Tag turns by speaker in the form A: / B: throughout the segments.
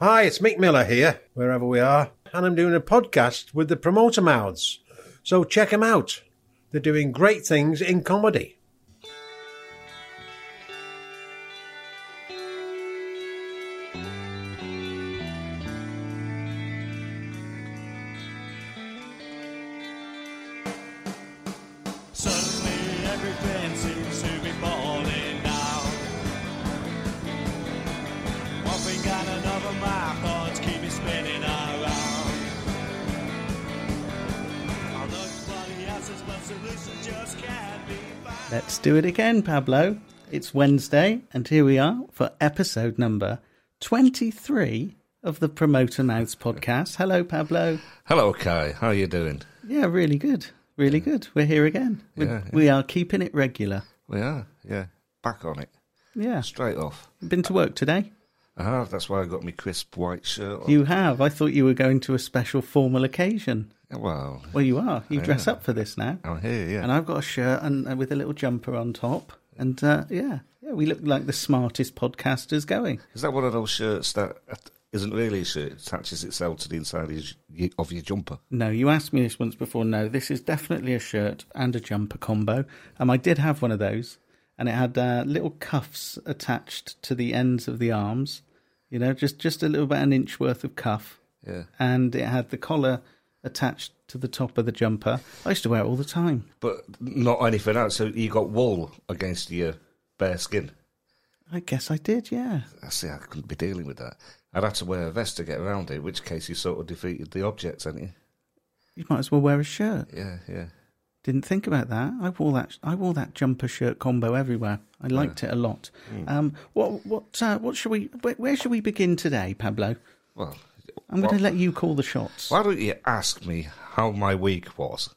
A: Hi, it's Mick Miller here, wherever we are, and I'm doing a podcast with the Promoter Mouths. So check them out. They're doing great things in comedy.
B: Suddenly everything seems to be falling down. One thing and another, my thoughts keep me spinning around. Although bloody answers, but solutions just can't be found.
C: Let's do it again, Pablo. It's Wednesday, and here we are for episode number 23 of the Promoter Mouths podcast. Hello, Pablo.
D: Hello, Kai. How are you doing?
C: Yeah, really good. Really good. We're here again. We,
D: Yeah, yeah.
C: we are keeping it regular.
D: We are, yeah. Back on it.
C: Yeah.
D: Straight off.
C: Been to work today?
D: I have. Ah, That's why I got my crisp white shirt on.
C: You have. I thought you were going to a special formal occasion.
D: Well,
C: Well, you are. You dress
D: Yeah.
C: up for this now.
D: I'm here, yeah.
C: And I've got a shirt and and with a little jumper on top. And uh, yeah, yeah, we look like the smartest podcasters going.
D: Is that one of those shirts that isn't really a shirt? It attaches itself to the inside of your, of your jumper.
C: No, you asked me this once before. No, this is definitely a shirt and a jumper combo. Um, I did have one of those, and it had uh, little cuffs attached to the ends of the arms. You know, just just a little bit an inch worth of cuff,
D: Yeah.
C: and it had the collar attached to the top of the jumper. I used to wear it all the time.
D: But not anything else. So you got wool against your bare skin.
C: I guess I did, yeah.
D: I see, I couldn't be dealing with that. I'd have to wear a vest to get around it, in which case you sort of defeated the object, hadn't you?
C: You might as well wear a shirt.
D: Yeah, yeah.
C: Didn't think about that. I wore that. I wore that jumper shirt combo everywhere. I liked it a lot. Um, what what uh, what should we? Where, where should we begin today, Pablo?
D: Well,
C: I'm going to let you call the shots.
D: why don't you ask me how my week was?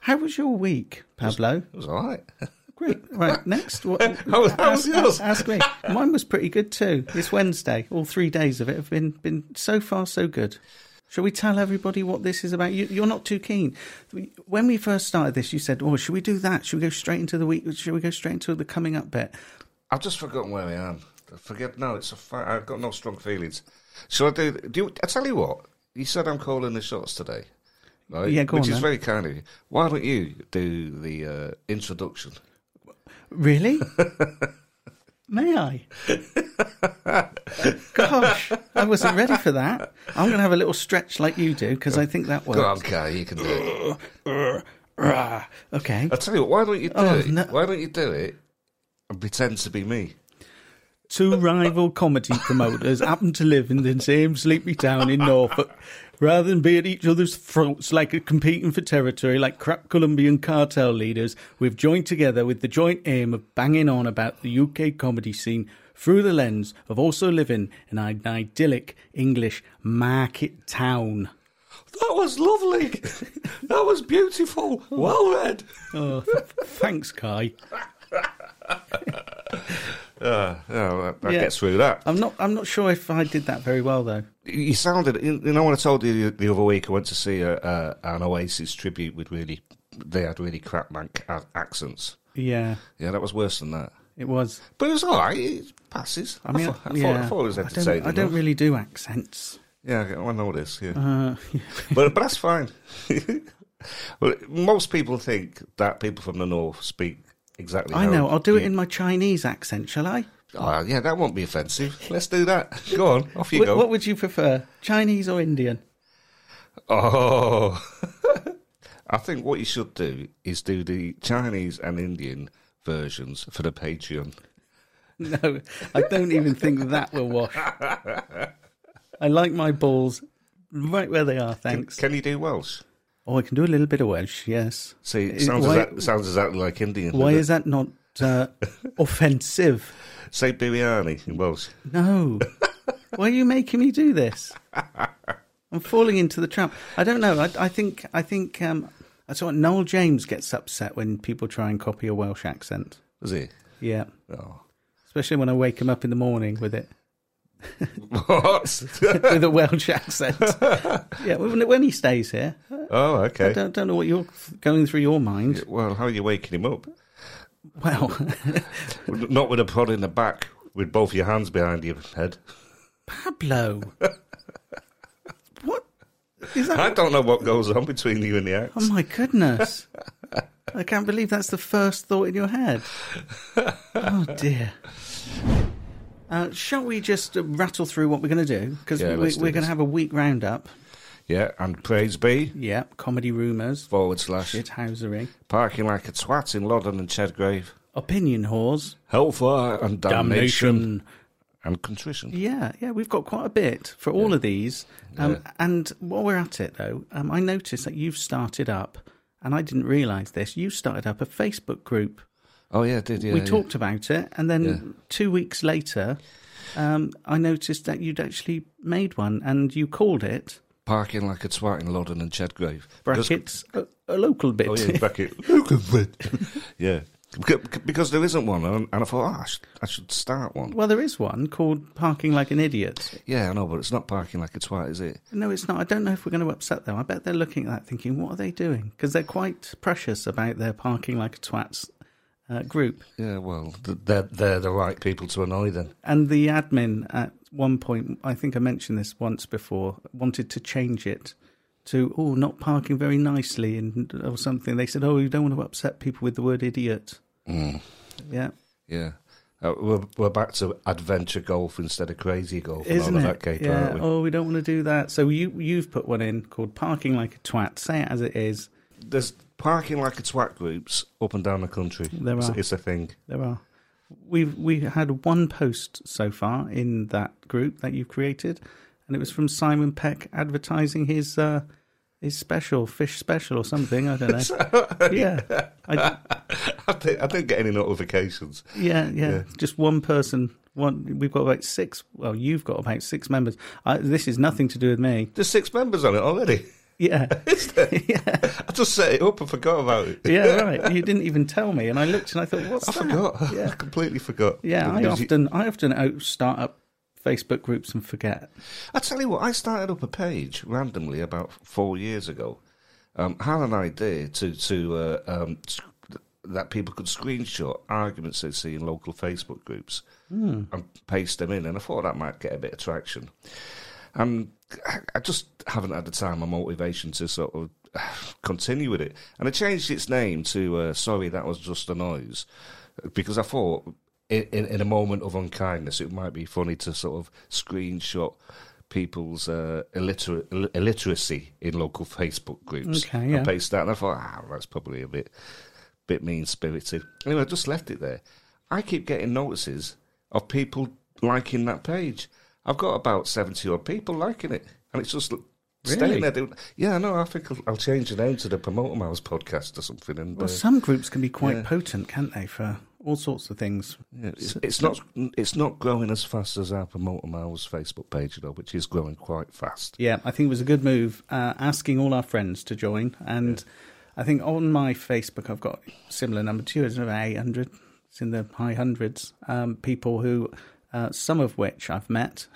C: How was your week, Pablo?
D: It was all right.
C: Great. Right. Next. What,
D: How was- how was
C: ask,
D: yours?
C: Ask me. Mine was pretty good too. It's Wednesday. All three days of it have been been so far so good. Shall we tell everybody what this is about? You, you're not too keen. When we first started this, you said, "Oh, should we do that? Should we go straight into the week? Should we go straight into the coming up bit?"
D: I've just forgotten where I am. I forget. No, it's a fact. I've got no strong feelings. Shall I do? Do you, I tell you what? You said I'm calling the shots today, right?
C: Yeah, go
D: Which
C: on
D: is
C: then.
D: very kind of you. Why don't you do the uh, introduction?
C: Really? May I? Gosh, I wasn't ready for that. I'm going to have a little stretch like you do because I think that works.
D: Go on, Kai. You can do it.
C: Rah. Okay.
D: I tell you what. Why don't you do
C: Oh,
D: it?
C: no.
D: Why don't you do it and pretend to be me?
C: Two rival comedy promoters happen to live in the same sleepy town in Norfolk. Rather than be at each other's throats like a competing for territory, like crap Colombian cartel leaders, we've joined together with the joint aim of banging on about the UK comedy scene through the lens of also living in an idyllic English market town.
D: That was lovely. that was beautiful. Well read.
C: Oh, th- thanks, Kai.
D: Uh, yeah, I, I
C: Yeah.
D: get through that.
C: I'm not. I'm not sure if I did that very well, though.
D: you sounded. You you know when I told you the other week I went to see a, a, an Oasis tribute with really, they had really crap manc a- accents.
C: Yeah,
D: Yeah, that was worse than that.
C: it was.
D: But it was all right. It passes. I mean, I, thought, I, thought, I thought it was
C: I don't-
D: entertaining.
C: I don't, Uh-huh.
D: enough.
C: really do accents. Uh,
D: Yeah, I know this. Yeah, but but that's fine. well, most people think that people from the north speak exactly.
C: I
D: how
C: know. I'll do it
D: you-
C: in my Chinese accent, shall I?
D: Oh, yeah, that won't be offensive. Let's do that. Go on, off you
C: Wh-
D: go.
C: What would you prefer, Chinese or Indian?
D: Oh. I think what you should do is do the Chinese and Indian versions for the Patreon.
C: No, I don't even think that will wash. I like my balls right where they are. Thanks.
D: Can you do Welsh?
C: oh, I can do a little bit of Welsh. Yes.
D: See, it
C: Uh,
D: sounds,
C: why,
D: exact, sounds exactly like Indian.
C: why is that not uh, offensive?
D: Say biryani in Welsh.
C: No. Why are you making me do this? I'm falling into the trap. I don't know. I, I think I think um, that's what Noel James gets upset when people try and copy a Welsh accent.
D: Is it?
C: Yeah,
D: Oh.
C: especially when I wake him up in the morning with it
D: What?
C: with a Welsh accent. yeah, when, when he stays here,
D: oh,
C: I
D: okay.
C: don't, don't know what you're going through your mind.
D: Well, how are you waking him up?
C: Well,
D: Not with a prod in the back, with both your hands behind your head.
C: Pablo. what is that?
D: I don't know what goes on between you and the act.
C: Oh my goodness. I can't believe that's the first thought in your head. Oh dear. Uh, shall we just uh, rattle through what we're going to do? Because
D: Yeah,
C: we,
D: let's do
C: we're going
D: this.
C: to have a week roundup.
D: Yeah, and praise be
C: Yeah, comedy rumours,
D: forward slash
C: shithousery,
D: parking like a twat in Loddon and Chedgrave.
C: opinion whores,
D: Hellfire and damnation, and contrition.
C: Yeah, yeah, we've got quite a bit for all of these. Um, And while we're at it, though, um, I noticed that you've started up, and I didn't realise this, you started up a Facebook group.
D: Oh yeah, I did yeah.
C: we
D: yeah.
C: talked about it, and then two weeks later, um, I noticed that you'd actually made one, and you called it
D: parking like a twat in Loddon and Chedgrave. Because-
C: brackets a, a local bit.
D: Oh yeah, bracket. Look at that. yeah, Beca- because there isn't one, and and I thought, oh, I, should, I should start one.
C: Well, there is one called "Parking Like an Idiot."
D: Yeah, I know, but it's not parking like a twat, is it?
C: No, it's not. I don't know if we're going to upset them. I bet they're looking at that thinking, what are they doing? Because they're quite precious about their parking like a twats uh, group.
D: Yeah, well, th- they're they're the right people to annoy then.
C: And the admin at one point, I think I mentioned this once before, wanted to change it to, oh, not parking very nicely and or something. They said, oh, you don't want to upset people with the word idiot.
D: Mm.
C: Yeah.
D: Yeah. Uh, we're, we're back to adventure golf instead of crazy golf
C: Isn't
D: and all of
C: it?
D: that cape,
C: yeah.
D: aren't we?
C: Oh, we don't want to do that. So you you've put one in called "Parking Like a Twat." Say it as it is.
D: There's parking like a twat groups up and down the country.
C: There
D: it's,
C: are.
D: it's a thing.
C: There are. We've we had one post so far in that group that you've created, and it was from Simon Peck advertising his uh, his special fish special or something. I don't know. yeah, I,
D: I, did, I didn't get any notifications.
C: yeah, yeah, Just one person. One. We've got about six. Well, you've got about six members. I, this is nothing to do with me.
D: There's six members on it already.
C: Yeah.
D: I just set it up and forgot about it.
C: Yeah, right. You didn't even tell me, and I looked and I thought, "What's
D: I
C: that?"
D: forgot. I
C: Yeah,
D: completely forgot.
C: yeah. I
D: Because you-
C: often, I often out- start up Facebook groups and forget.
D: I tell you what, I started up a page randomly about four years ago. Um, had an idea to to uh, um, s- that people could screenshot arguments they see in local Facebook groups
C: Hmm.
D: and paste them in, and I thought that might get a bit of traction. And I, I just haven't had the time or motivation to sort of continue with it. And I changed its name to uh, "Sorry, that was just a noise," because I thought. In, in, in a moment of unkindness, it might be funny to sort of screenshot people's uh, illiter- ill- illiteracy in local Facebook groups.
C: Okay,
D: and
C: yeah.
D: paste that. And I thought, ah, that's probably a bit, bit mean spirited. Anyway, I just left it there. I keep getting notices of people liking that page. I've got about seventy odd people liking it, and it's just l-
C: Really?
D: staying there. Doing, yeah, no, I think I'll, I'll change the name to the Promoter Mouse podcast or something. And
C: Well,
D: uh,
C: some groups can be quite potent, can't they, for all sorts of things?
D: yeah, it's, it's not it's not growing as fast as our Promoter Mouse Facebook page though, which is growing quite fast.
C: Yeah, I think it was a good move uh, asking all our friends to join. And I think on my Facebook, I've got a similar number to yours, about 800. It's in the high hundreds. Um, people who, uh, some of which I've met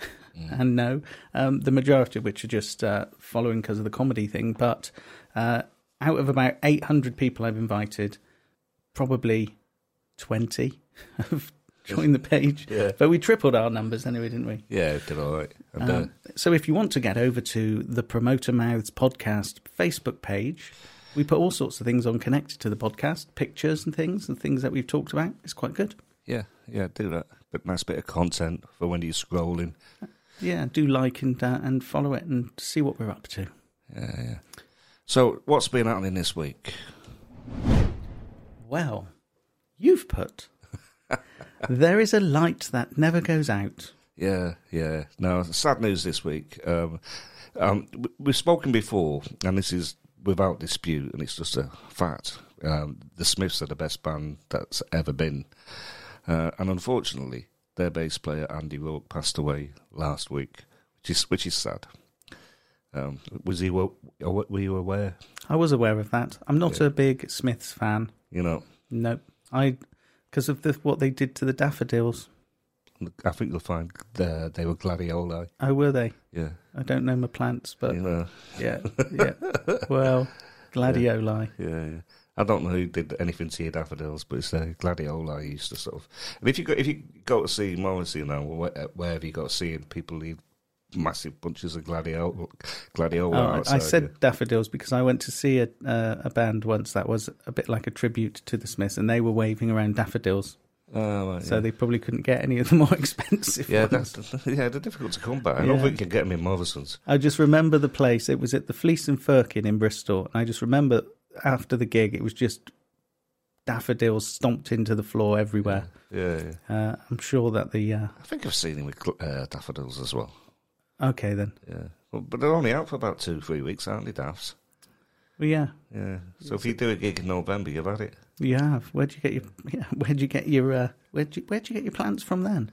C: and know, um, the majority of which are just uh, following because of the comedy thing. But uh, out of about 800 people I've invited, probably 20 have joined the page.
D: Yeah.
C: But we tripled our numbers anyway, didn't we?
D: Yeah, it did all right. And, uh,
C: Um, so if you want to get over to the Promoter Mouths podcast Facebook page, we put all sorts of things on connected to the podcast, pictures and things, and things that we've talked about. It's quite good.
D: yeah, yeah, do that. But nice bit of content for when you're scrolling.
C: Yeah, do like and uh, and follow it and see what we're up to.
D: Yeah, yeah. So, what's been happening this week?
C: Well, you've put there is a light that never goes out.
D: Yeah, yeah. No, sad news this week. Um, um, w- we've spoken before, and this is without dispute, and it's just a fact. Um, the Smiths are the best band that's ever been, uh, and unfortunately, their bass player Andy Rourke passed away last week, which is which is sad. Um, was he? wa- Or were you aware?
C: I was aware of that. I'm not a big Smiths fan.
D: You know,
C: Nope. I because of the, what they did to the daffodils.
D: I think you'll find uh, they they were gladioli.
C: Oh, were they?
D: Yeah,
C: I don't know my plants, but
D: you know.
C: Yeah, yeah. well, gladioli.
D: Yeah, yeah. I don't know who did anything to your daffodils, but it's uh, gladiola I used to sort of. And if you go, if you go to see Morrissey now, or wh- wherever you go to see him, people leave massive bunches of gladiol- gladiola.
C: Oh, I-
D: outside
C: I
D: you.
C: said daffodils because I went to see a uh, a band once that was a bit like a tribute to the Smiths, and they were waving around daffodils,
D: Oh, right,
C: so
D: yeah.
C: they probably couldn't get any of the more expensive.
D: Yeah,
C: ones.
D: that's yeah, they're difficult to come by. I don't
C: Yeah.
D: think you can get them in Morrison's.
C: I just remember the place. It was at the Fleece and Firkin in Bristol, and I just remember after the gig, it was just daffodils stomped into the floor everywhere.
D: Yeah, yeah.
C: Uh, I'm sure that the uh,
D: I think I've seen him with cl- uh, daffodils as well.
C: okay then,
D: Yeah, well, but they're only out for about two, three weeks, aren't they, daffs?
C: well, yeah,
D: Yeah. So if you do a gig in November, you've had it.
C: you have. Where'd you get your yeah, Where'd you get your uh, Where'd you Where'd you get your plants from then?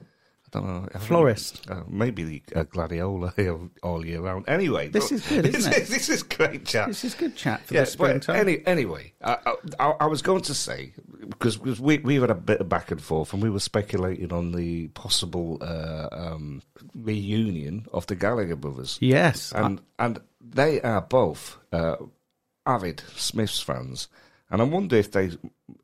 D: I don't know. I haven't-
C: Florist.
D: Uh, maybe a gladiola all year round. Anyway,
C: This
D: look,
C: is good, isn't
D: this
C: it?
D: is- This is great chat.
C: This is good chat for the
D: Yes, but
C: springtime.
D: any, anyway, I, I, I was going to say because because we we had a bit of back and forth, and we were speculating on the possible uh, um, reunion of the Gallagher brothers,
C: yes,
D: and and they are both uh, avid Smiths fans, and I wonder if they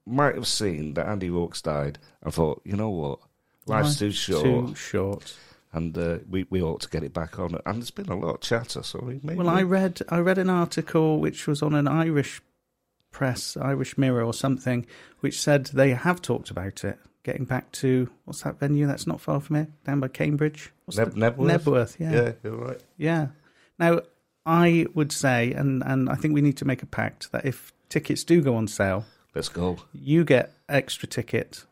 D: might have seen that Andy Rourke's died and thought, you know what, life's too short,
C: Too short.
D: and uh, we we ought to get it back on. And there's been a lot of chatter, so maybe
C: Well, I read I read an article which was on an Irish press, Irish Mirror or something, which said they have talked about it. Getting back to what's that venue that's not far from here, down by Cambridge, what's
D: Neb-
C: the-
D: Nebworth?
C: Nebworth, yeah, yeah,
D: yeah, you're right.
C: Now, I would say, and and I think we need to make a pact that if tickets do go on sale,
D: Let's go.
C: you get extra ticket.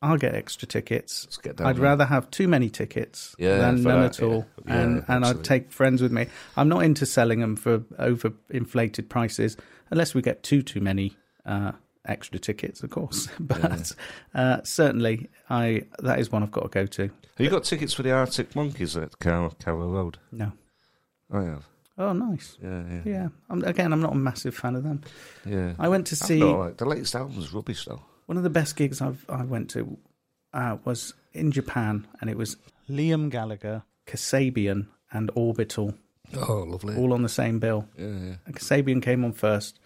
C: I'll get extra tickets.
D: Let's get down
C: I'd
D: there.
C: rather have too many tickets
D: Yeah,
C: than
D: for
C: none
D: that,
C: at all,
D: yeah. Yeah,
C: and and I'd
D: absolutely.
C: take friends with me. I'm not into selling them for over inflated prices, unless we get too too many uh, extra tickets, of course. But uh, certainly, I that is one I've got to go to.
D: Have you got tickets for the Arctic Monkeys at Car- Carrow Road?
C: No,
D: I have.
C: oh nice,
D: Yeah, yeah,
C: yeah. I'm, again, I'm not a massive fan of them.
D: yeah.
C: I went to
D: I've
C: see
D: not liked- the latest album's rubbish though.
C: one of the best gigs I've I went to uh, was in Japan, and it was Liam Gallagher, Kasabian, and Orbital
D: Oh, lovely.
C: all on the same bill.
D: yeah, yeah.
C: And Kasabian came on first,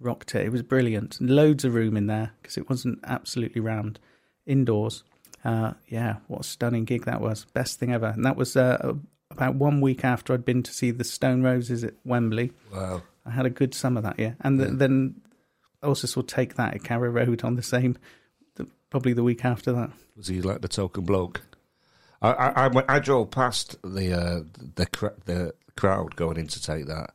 C: rocked it. It was brilliant. Loads of room in there because it wasn't absolutely round, indoors. Uh, yeah, what a stunning gig that was. Best thing ever. And that was uh, about one week after I'd been to see the Stone Roses at Wembley.
D: Wow.
C: I had a good summer that year, and th- then I also saw Take That at Carrow Road on the same, the, probably the week after that.
D: Was he like the token bloke? I I, I, went, I drove past the uh, the cra- the crowd going in to take that,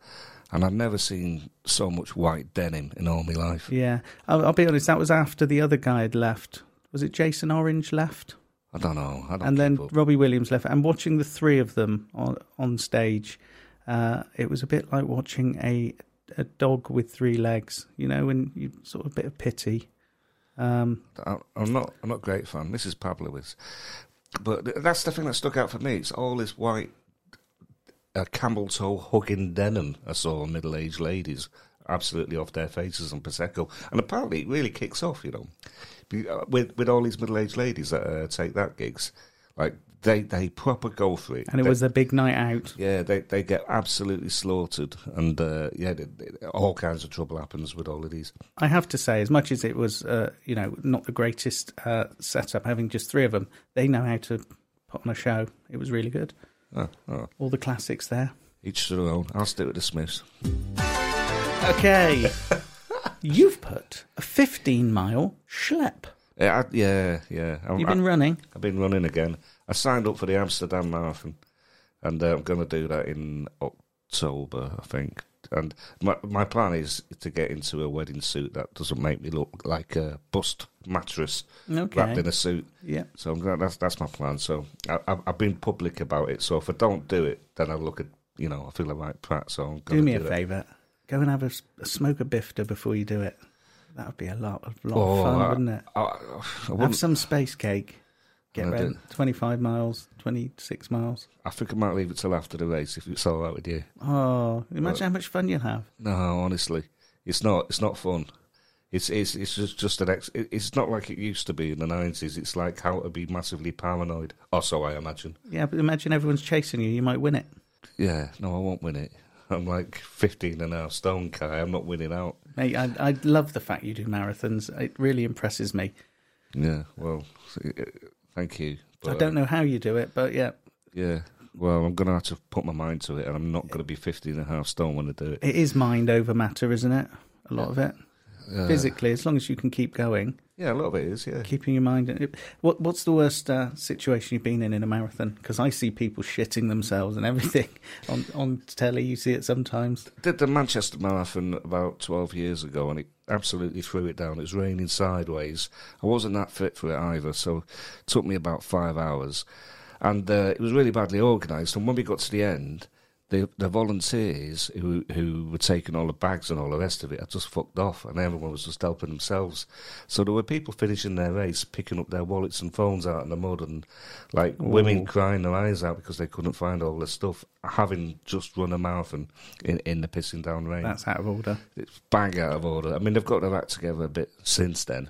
D: and I've never seen so much white denim in all my life.
C: Yeah, I'll, I'll be honest. That was after the other guy had left. Was it Jason Orange left?
D: I don't know. I don't
C: and then
D: keep up.
C: Robbie Williams left. And watching the three of them on on stage, uh, it was a bit like watching a a dog with three legs. You know, and you sort of a bit of pity. Um,
D: I- I'm not. I'm not a great fan. This is Pab Lewis, but th- that's the thing that stuck out for me. It's all this white, uh, camel toe hugging denim I saw on middle aged ladies, absolutely off their faces on prosecco, and apparently it really kicks off. You know, Be- uh, with with all these middle aged ladies that uh, take that gigs, like they they proper go for it.
C: and it
D: They-
C: was their big night out.
D: yeah, they they get absolutely slaughtered, and uh, yeah, they, they- all kinds of trouble happens with all of these.
C: I have to say, as much as it was, uh, you know, not the greatest uh, setup, having just three of them, they know how to put on a show. It was really good.
D: Oh, oh,
C: All the classics there.
D: each to their own. I'll stick with the Smiths.
C: Okay. You've put a 15 mile schlep.
D: Yeah, Eh, I, yeah, yeah. I'm,
C: You've been running.
D: I, have been running again. I signed up for the Amsterdam Marathon, and uh, I'm going to do that in October, I think. And my my plan is to get into a wedding suit that doesn't make me look like a bust mattress
C: Okay.
D: wrapped in a suit.
C: Yeah.
D: So I'm going, that's that's my plan. So I, I've, I've been public about it. So if I don't do it, then I look at you know I feel like right prat. So I'm going
C: Do me a
D: do it.
C: favour. Go and have a, s- a smoke a bifter before you do it. That would be a lot, a lot
D: Oh,
C: of fun,
D: I-
C: wouldn't it?
D: I, I, I,
C: Have
D: wouldn't-
C: some space cake. Get
D: I'm gonna
C: around
D: do
C: 25 miles, 26 miles.
D: I think I might leave it till after the race if it's all right with you.
C: Oh, imagine how much fun you'll have.
D: No, honestly, it's not. It's not fun. It's it's it's just just an ex. it- It's not like it used to be in the nineties. It's like how to be massively paranoid. Or so I imagine.
C: Yeah, but imagine everyone's chasing you. You might win it.
D: Yeah. No, I won't win it. I'm like 15 and a half stone, Kai. I'm not winning out.
C: Mate, I, I love the fact you do marathons. It really impresses me.
D: Yeah. Well, s- uh, thank you.
C: I don't know how you do it, but yeah,
D: Yeah. Well, I'm going to have to put my mind to it, and I'm not going to be 15 and a half stone when I do it.
C: It is mind over matter, isn't it? A lot of it. Physically, as long as you can keep going,
D: Yeah, a lot of it is, yeah.
C: keeping your mind. What What's the worst uh, situation you've been in in a marathon? Because I see people shitting themselves and everything on on telly. You see it sometimes.
D: Did the Manchester Marathon about 12 years ago, and it absolutely threw it down. It was raining sideways. I wasn't that fit for it either, so it took me about five hours. And uh, it was really badly organised. And when we got to the end, the, the volunteers who who were taking all the bags and all the rest of it had just fucked off, and everyone was just helping themselves. So there were people finishing their race, picking up their wallets and phones out in the mud, and like women crying their eyes out because they couldn't find all their stuff, having just run a marathon in, in the pissing down rain.
C: That's out of order.
D: it's bang out of order. I mean, they've got their act together a bit since then.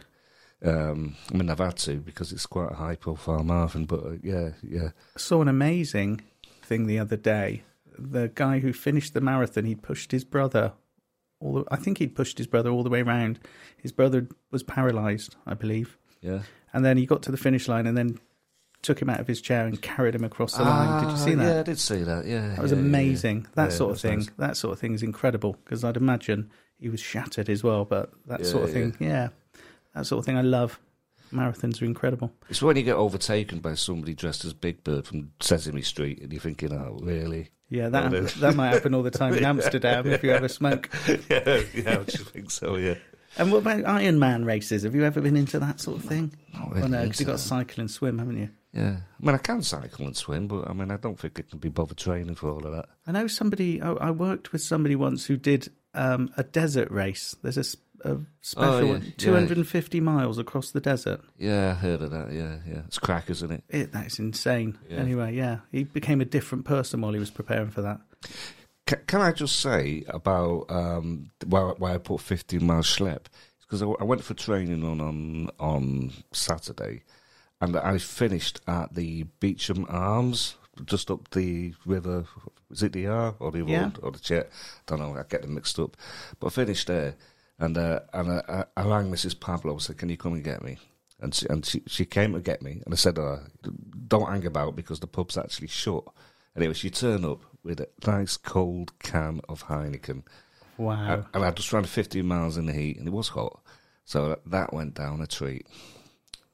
D: Um, I mean, they've had to because it's quite a high profile marathon, but uh, yeah, yeah.
C: saw an amazing thing the other day. The guy who finished the marathon, he pushed his brother. All the, I think he'd pushed his brother all the way around. His brother was paralysed, I believe.
D: Yeah.
C: And then he got to the finish line and then took him out of his chair and carried him across the line. Did you
D: Ah,
C: see that?
D: Yeah, I did see that. Yeah,
C: That was
D: yeah, yeah, yeah.
C: amazing. That
D: Yeah,
C: sort of
D: that's
C: thing.
D: nice.
C: That sort of thing is incredible because I'd imagine he was shattered as well. But that
D: Yeah,
C: sort of thing, yeah. that sort of thing I love. Marathons are incredible.
D: It's when you get overtaken by somebody dressed as Big Bird from Sesame Street, and you're thinking, "Oh, really?"
C: Yeah, that
D: Well, it-
C: that might happen all the time in Amsterdam if you ever smoke.
D: yeah, yeah, I just think so. Yeah,
C: And what about Iron Man races? Have you ever been into that sort of thing?
D: Not
C: Well,
D: really
C: Oh, no, because
D: into
C: you've got to
D: that.
C: cycle and swim, haven't you?
D: yeah. I mean, I can cycle and swim, but I mean, I don't think I can be bothered training for all of that.
C: I know somebody, I, I worked with somebody once who did um, a desert race. There's a, s- a special
D: Oh, yeah,
C: one,
D: yeah.
C: 250 miles across the desert.
D: Yeah, I heard of that. Yeah, yeah, it's crack, isn't it?
C: It, that's insane.
D: Yeah.
C: Anyway, yeah, he became a different person while he was preparing for that.
D: Can, can I just say about um, why, why I put 15 mile schlep? Because I, w- I went for training on, on on Saturday, and I finished at the Beecham Arms, just up the river. Is it the R or the
C: Yeah.
D: Rund or the Chet? don't know. I get them mixed up. But I finished there, and uh, and I, I I rang Mrs. Pablo. I said, "Can you come and get me?" And she, and she, she came to get me, and I said, uh, "Don't hang about because the pub's actually shut." Anyway, she turned up with a nice cold can of Heineken,
C: Wow.
D: and, and I just ran 15 miles in the heat, and it was hot, so that, that went down a treat.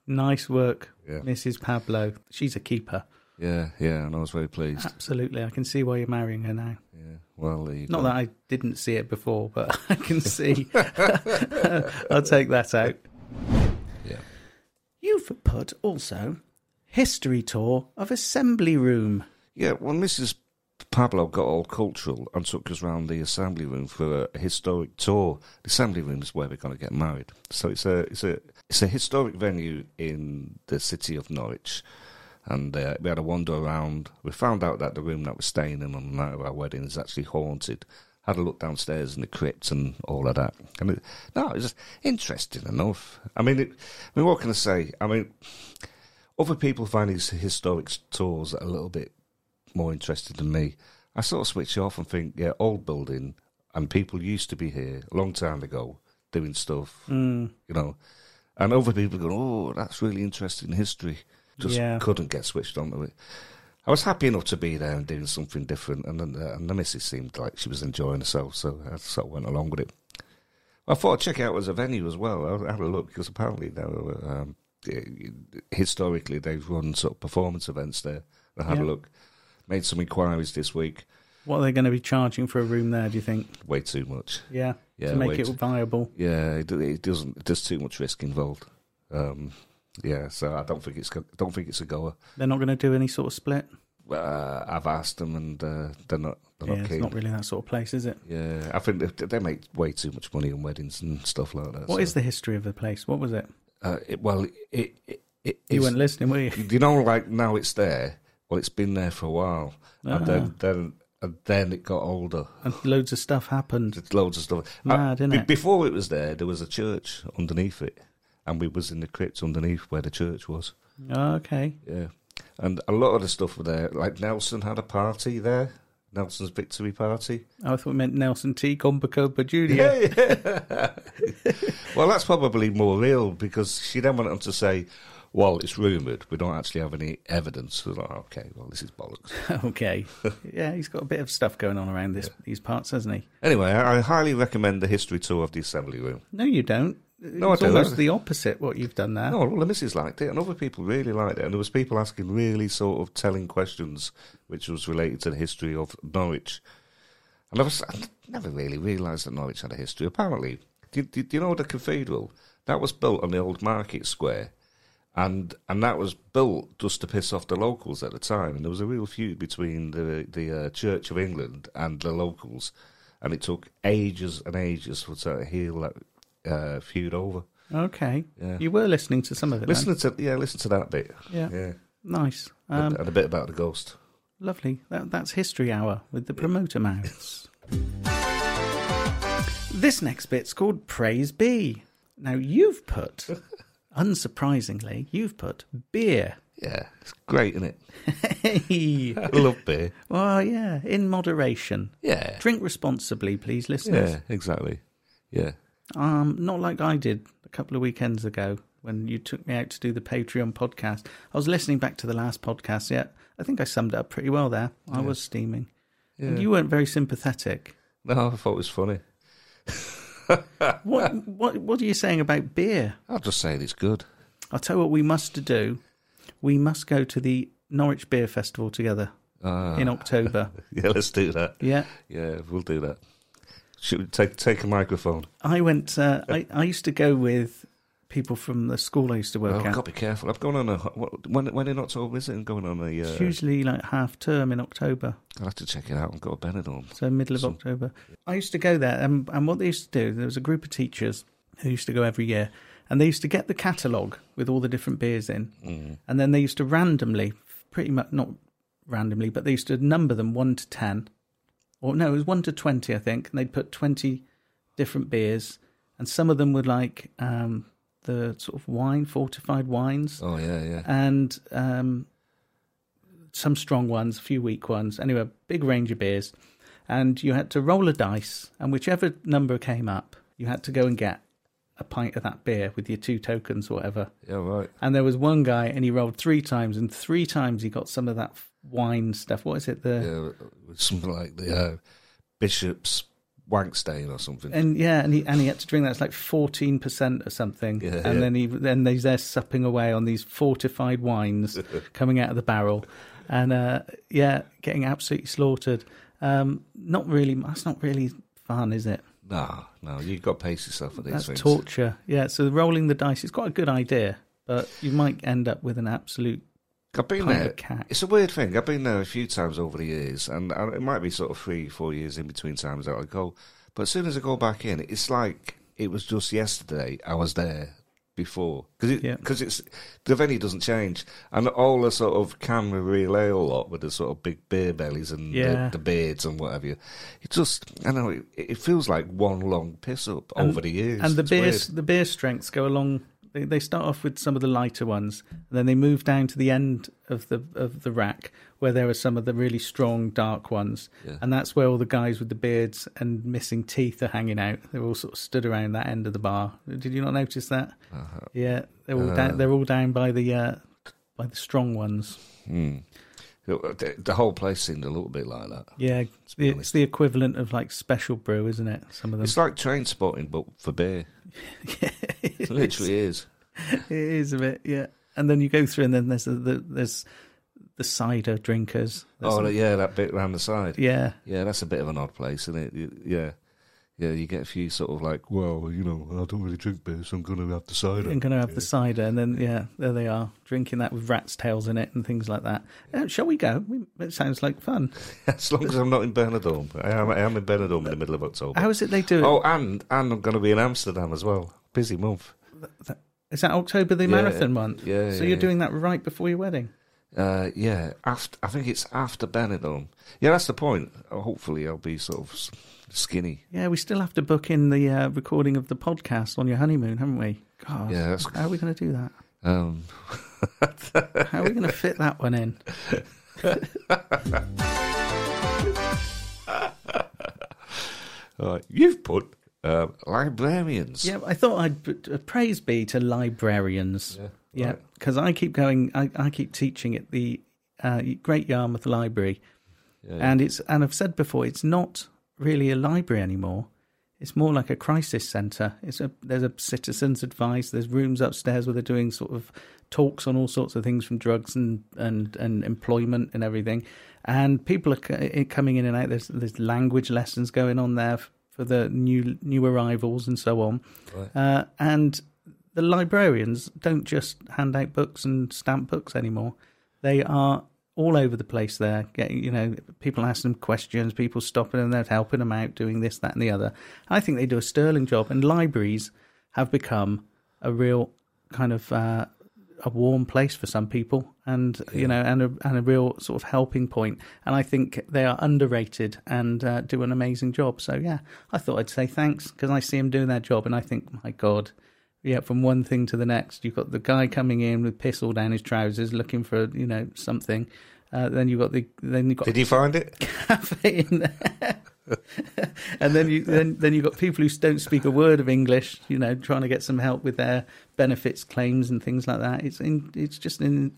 C: nice work,
D: Yeah.
C: Mrs. Pablo. She's a keeper.
D: Yeah, yeah, and I was very
C: Uh,
D: pleased.
C: Absolutely. I can see why you're marrying her now.
D: Yeah, well, there you
C: Not
D: go.
C: that I didn't see it before, but I can see. I'll take that out.
D: Yeah.
C: You've put also history tour of assembly room.
D: Yeah, well, Mrs. Pablo got all cultural and took us round the assembly room for a historic tour. The assembly room is where we're going to get married, so it's a it's a it's a historic venue in the city of Norwich. And uh, we had a wander around. We found out that the room that we're staying in on the night of our wedding is actually haunted. Had a look downstairs in the crypt and all of that. And it, no, it was interesting enough. I mean, it, I mean, what can I say? I mean, other people find these historic tours a little bit more interested than me. I sort of switch off and think, yeah, old building and people used to be here a long time ago doing stuff, you know. And other people go, oh, that's really interesting history. Just
C: Yeah.
D: couldn't get switched onto it. I was happy enough to be there and doing something different, and then, uh, and the missus seemed like she was enjoying herself, so I sort of went along with it. I thought I'd check it out as a venue as well. I had a look because apparently there were, um, eh, historically they've run sort of performance events there. I had a
C: Yeah.
D: look, made some inquiries this week.
C: What are they going to be charging for a room there, do you think?
D: Way too much.
C: Yeah,
D: Yeah,
C: to make
D: wait.
C: it viable.
D: Yeah, it, do- it doesn't. There's too much risk involved. Um, yeah, so I don't think it's go- don't think it's a goer.
C: They're not going to do any sort of split.
D: Uh, I've asked them and uh, they're not they're
C: yeah,
D: not
C: it's
D: keen.
C: not really that sort of place, is it?
D: yeah, I think they, they make way too much money on weddings and stuff like that.
C: What
D: so-
C: is the history of the place? What was it?
D: Uh, it, well, it it, it
C: You
D: it's-
C: weren't listening, were you?
D: you know, like now it's there. Well, it's been there for a while, and then then and then it got older.
C: And loads of stuff happened.
D: There's loads of stuff.
C: Mad,
D: Uh,
C: innit?
D: be- Before it was there, there was a church underneath it, and we was in the crypt underneath where the church was.
C: Okay.
D: Yeah, and a lot of the stuff were there. Like Nelson had a party there. Nelson's victory party.
C: Oh, I thought we meant Nelson T. Gombacoba Jr.
D: well, that's probably more real because she then went on to say, well, it's rumoured. We don't actually have any evidence. They're like, okay, well, this is bollocks.
C: okay. yeah, he's got a bit of stuff going on around this, these parts, hasn't he?
D: Anyway, I, I highly recommend the history tour of the assembly room.
C: No, you don't.
D: I
C: it's
D: do.
C: almost the opposite what you've done there.
D: No, well, the missus liked it, and other people really liked it, and there was people asking really sort of telling questions, which was related to the history of Norwich. And I, was, I never really realised that Norwich had a history. Apparently, do, do, do you know the cathedral that was built on the old market square, and and that was built just to piss off the locals at the time, and there was a real feud between the the uh, Church of England and the locals, and it took ages and ages for to heal that uh, feud over.
C: Okay.
D: Yeah.
C: You were listening to some of it.
D: Listen to yeah, listen to that bit.
C: Yeah.
D: yeah,
C: then. Nice. Um,
D: and, and a bit about the ghost.
C: Lovely. That, that's History Hour with the promoter mouse. this next bit's called Praise Be. Now, you've put, unsurprisingly, you've put beer.
D: Yeah, it's great, isn't it?
C: Hey!
D: I love beer.
C: Well, yeah, in moderation.
D: Yeah,
C: Drink responsibly, please, listeners.
D: yeah, exactly. Yeah,
C: Um, not like I did a couple of weekends ago when you took me out to do the Patreon podcast. I was listening back to the last podcast. Yeah, I think I summed it up pretty well there. I was steaming. And you weren't very sympathetic.
D: no, I thought it was funny. Uh,
C: What, what, what are you saying about beer?
D: I'll just say it's good.
C: I'll tell you what we must do. We must go to the Norwich Beer Festival together
D: Uh.
C: in October.
D: Ah, Yeah, let's do that.
C: yeah.
D: Yeah, we'll do that. Should we take take a microphone?
C: I went, uh, I, I used to go with people from the school I used to work
D: Oh,
C: at.
D: I've got to be careful. I've gone on a what, when when in October is it? I'm going on a.
C: It's
D: Uh,
C: usually like half term in October.
D: I'll have to check it out. I've got a Benidorm.
C: so middle of October. I used to go there, and, and what they used to do, there was a group of teachers who used to go every year, and they used to get the catalogue with all the different beers in, and then they used to randomly, pretty much not randomly, but they used to number them one to ten, or no, it was one to twenty, I think, and they'd put twenty different beers, and some of them were like um, the sort of wine, fortified wines
D: Oh yeah, yeah.
C: and um, some strong ones, a few weak ones. Anyway, a big range of beers. And you had to roll a dice, and whichever number came up, you had to go and get a pint of that beer with your two tokens or whatever.
D: Yeah, right.
C: And there was one guy, and he rolled three times, and three times he got some of that f- wine stuff. What is it? The
D: Yeah, something like the uh, Bishop's Wankstein or something.
C: and yeah, and he and he had to drink that. It's like fourteen percent or something.
D: Yeah,
C: and
D: yeah.
C: then he then he's there supping away on these fortified wines coming out of the barrel, and uh, yeah, getting absolutely slaughtered. Um, not really. That's not really fun, is it?
D: No, no, you've got to pace yourself with these
C: That's
D: things.
C: torture. Yeah. So rolling the dice is quite a good idea, but you might end up with an absolute.
D: I've been
C: kind of
D: there.
C: cat.
D: It's a weird thing. I've been there a few times over the years, and I- it might be sort of three, four years in between times that I go. But as soon as I go back in, it's like it was just yesterday I was there before. Because
C: Yeah.
D: it, cause it's the venue doesn't change. And all the sort of camera relay a lot with the sort of big beer bellies and
C: Yeah.
D: the, the beards and whatever. It just, I know, it, it feels like one long piss up over the years.
C: And the
D: It's
C: beer,
D: weird.
C: the beer strengths go along. They, they start off with some of the lighter ones, and then they move down to the end of the of the rack where there are some of the really strong dark ones, and that's where all the guys with the beards and missing teeth are hanging out. They're all sort of stood around that end of the bar. Did you not notice that?
D: Uh-huh.
C: Yeah, they're all down. They're all down by the uh, by the strong ones.
D: Hmm. The, the whole place seemed a little bit like that.
C: Yeah, it's the, it's the equivalent of like special brew, isn't it? Some of them.
D: It's like train spotting, but for beer. It literally is.
C: It is a bit, yeah. And then you go through, and then there's the, the there's the cider drinkers. There's-
D: Oh, yeah, that bit round the side. Yeah.
C: yeah,
D: that's a bit of an odd place, isn't it? You- Yeah. Yeah, you get a few sort of like, well, you know, I don't really drink beer, so I'm going to have the cider.
C: I'm going to have the cider, and then yeah, there they are drinking that with rats' tails in it and things like that. Uh, shall we go? We, it sounds like fun.
D: as long as I'm not in Benidorm. I am, I am in Benidorm in the middle of October.
C: How is it they do it?
D: oh, and, and I'm going to be in Amsterdam as well. Busy month.
C: Is that October the marathon month?
D: yeah,
C: So
D: yeah,
C: you're
D: yeah.
C: doing that right before your wedding.
D: Uh, yeah, after, I think it's after Benidorm. Yeah, that's the point. Hopefully I'll be sort of s- skinny.
C: Yeah, we still have to book in the uh, recording of the podcast on your honeymoon, haven't we? God,
D: Yeah, that's-
C: how are we going to do that?
D: Um,
C: How are we going to fit that one in?
D: Uh, you've put um, librarians.
C: uh, Yeah, I thought I'd put a praise be to librarians. Yeah, because I keep going. I, I keep teaching at the uh, Great Yarmouth Library, and it's and I've said before, it's not really a library anymore. It's more like a crisis centre. It's a there's a citizens' advice. There's rooms upstairs where they're doing sort of talks on all sorts of things from drugs and and, and employment and everything. And people are c- eh, coming in and out. There's there's language lessons going on there f- for the new new arrivals and so on. Uh, and the librarians don't just hand out books and stamp books anymore. They are all over the place there. Getting, you know, people ask them questions, people stopping them, they're helping them out, doing this, that, and the other. I think they do a sterling job, and libraries have become a real kind of uh, a warm place for some people, and you know, and a, and a real sort of helping point. And I think they are underrated and uh, do an amazing job. So yeah, I thought I'd say thanks because I see them doing their job, and I think, my God, yeah, from one thing to the next. You've got the guy coming in with piss all down his trousers, looking for you know something. Uh, then you've got the then you've got
D: Did you find it?
C: cafe in there. and then you then then you've got people who don't speak a word of English, you know, trying to get some help with their benefits claims and things like that. It's in it's just in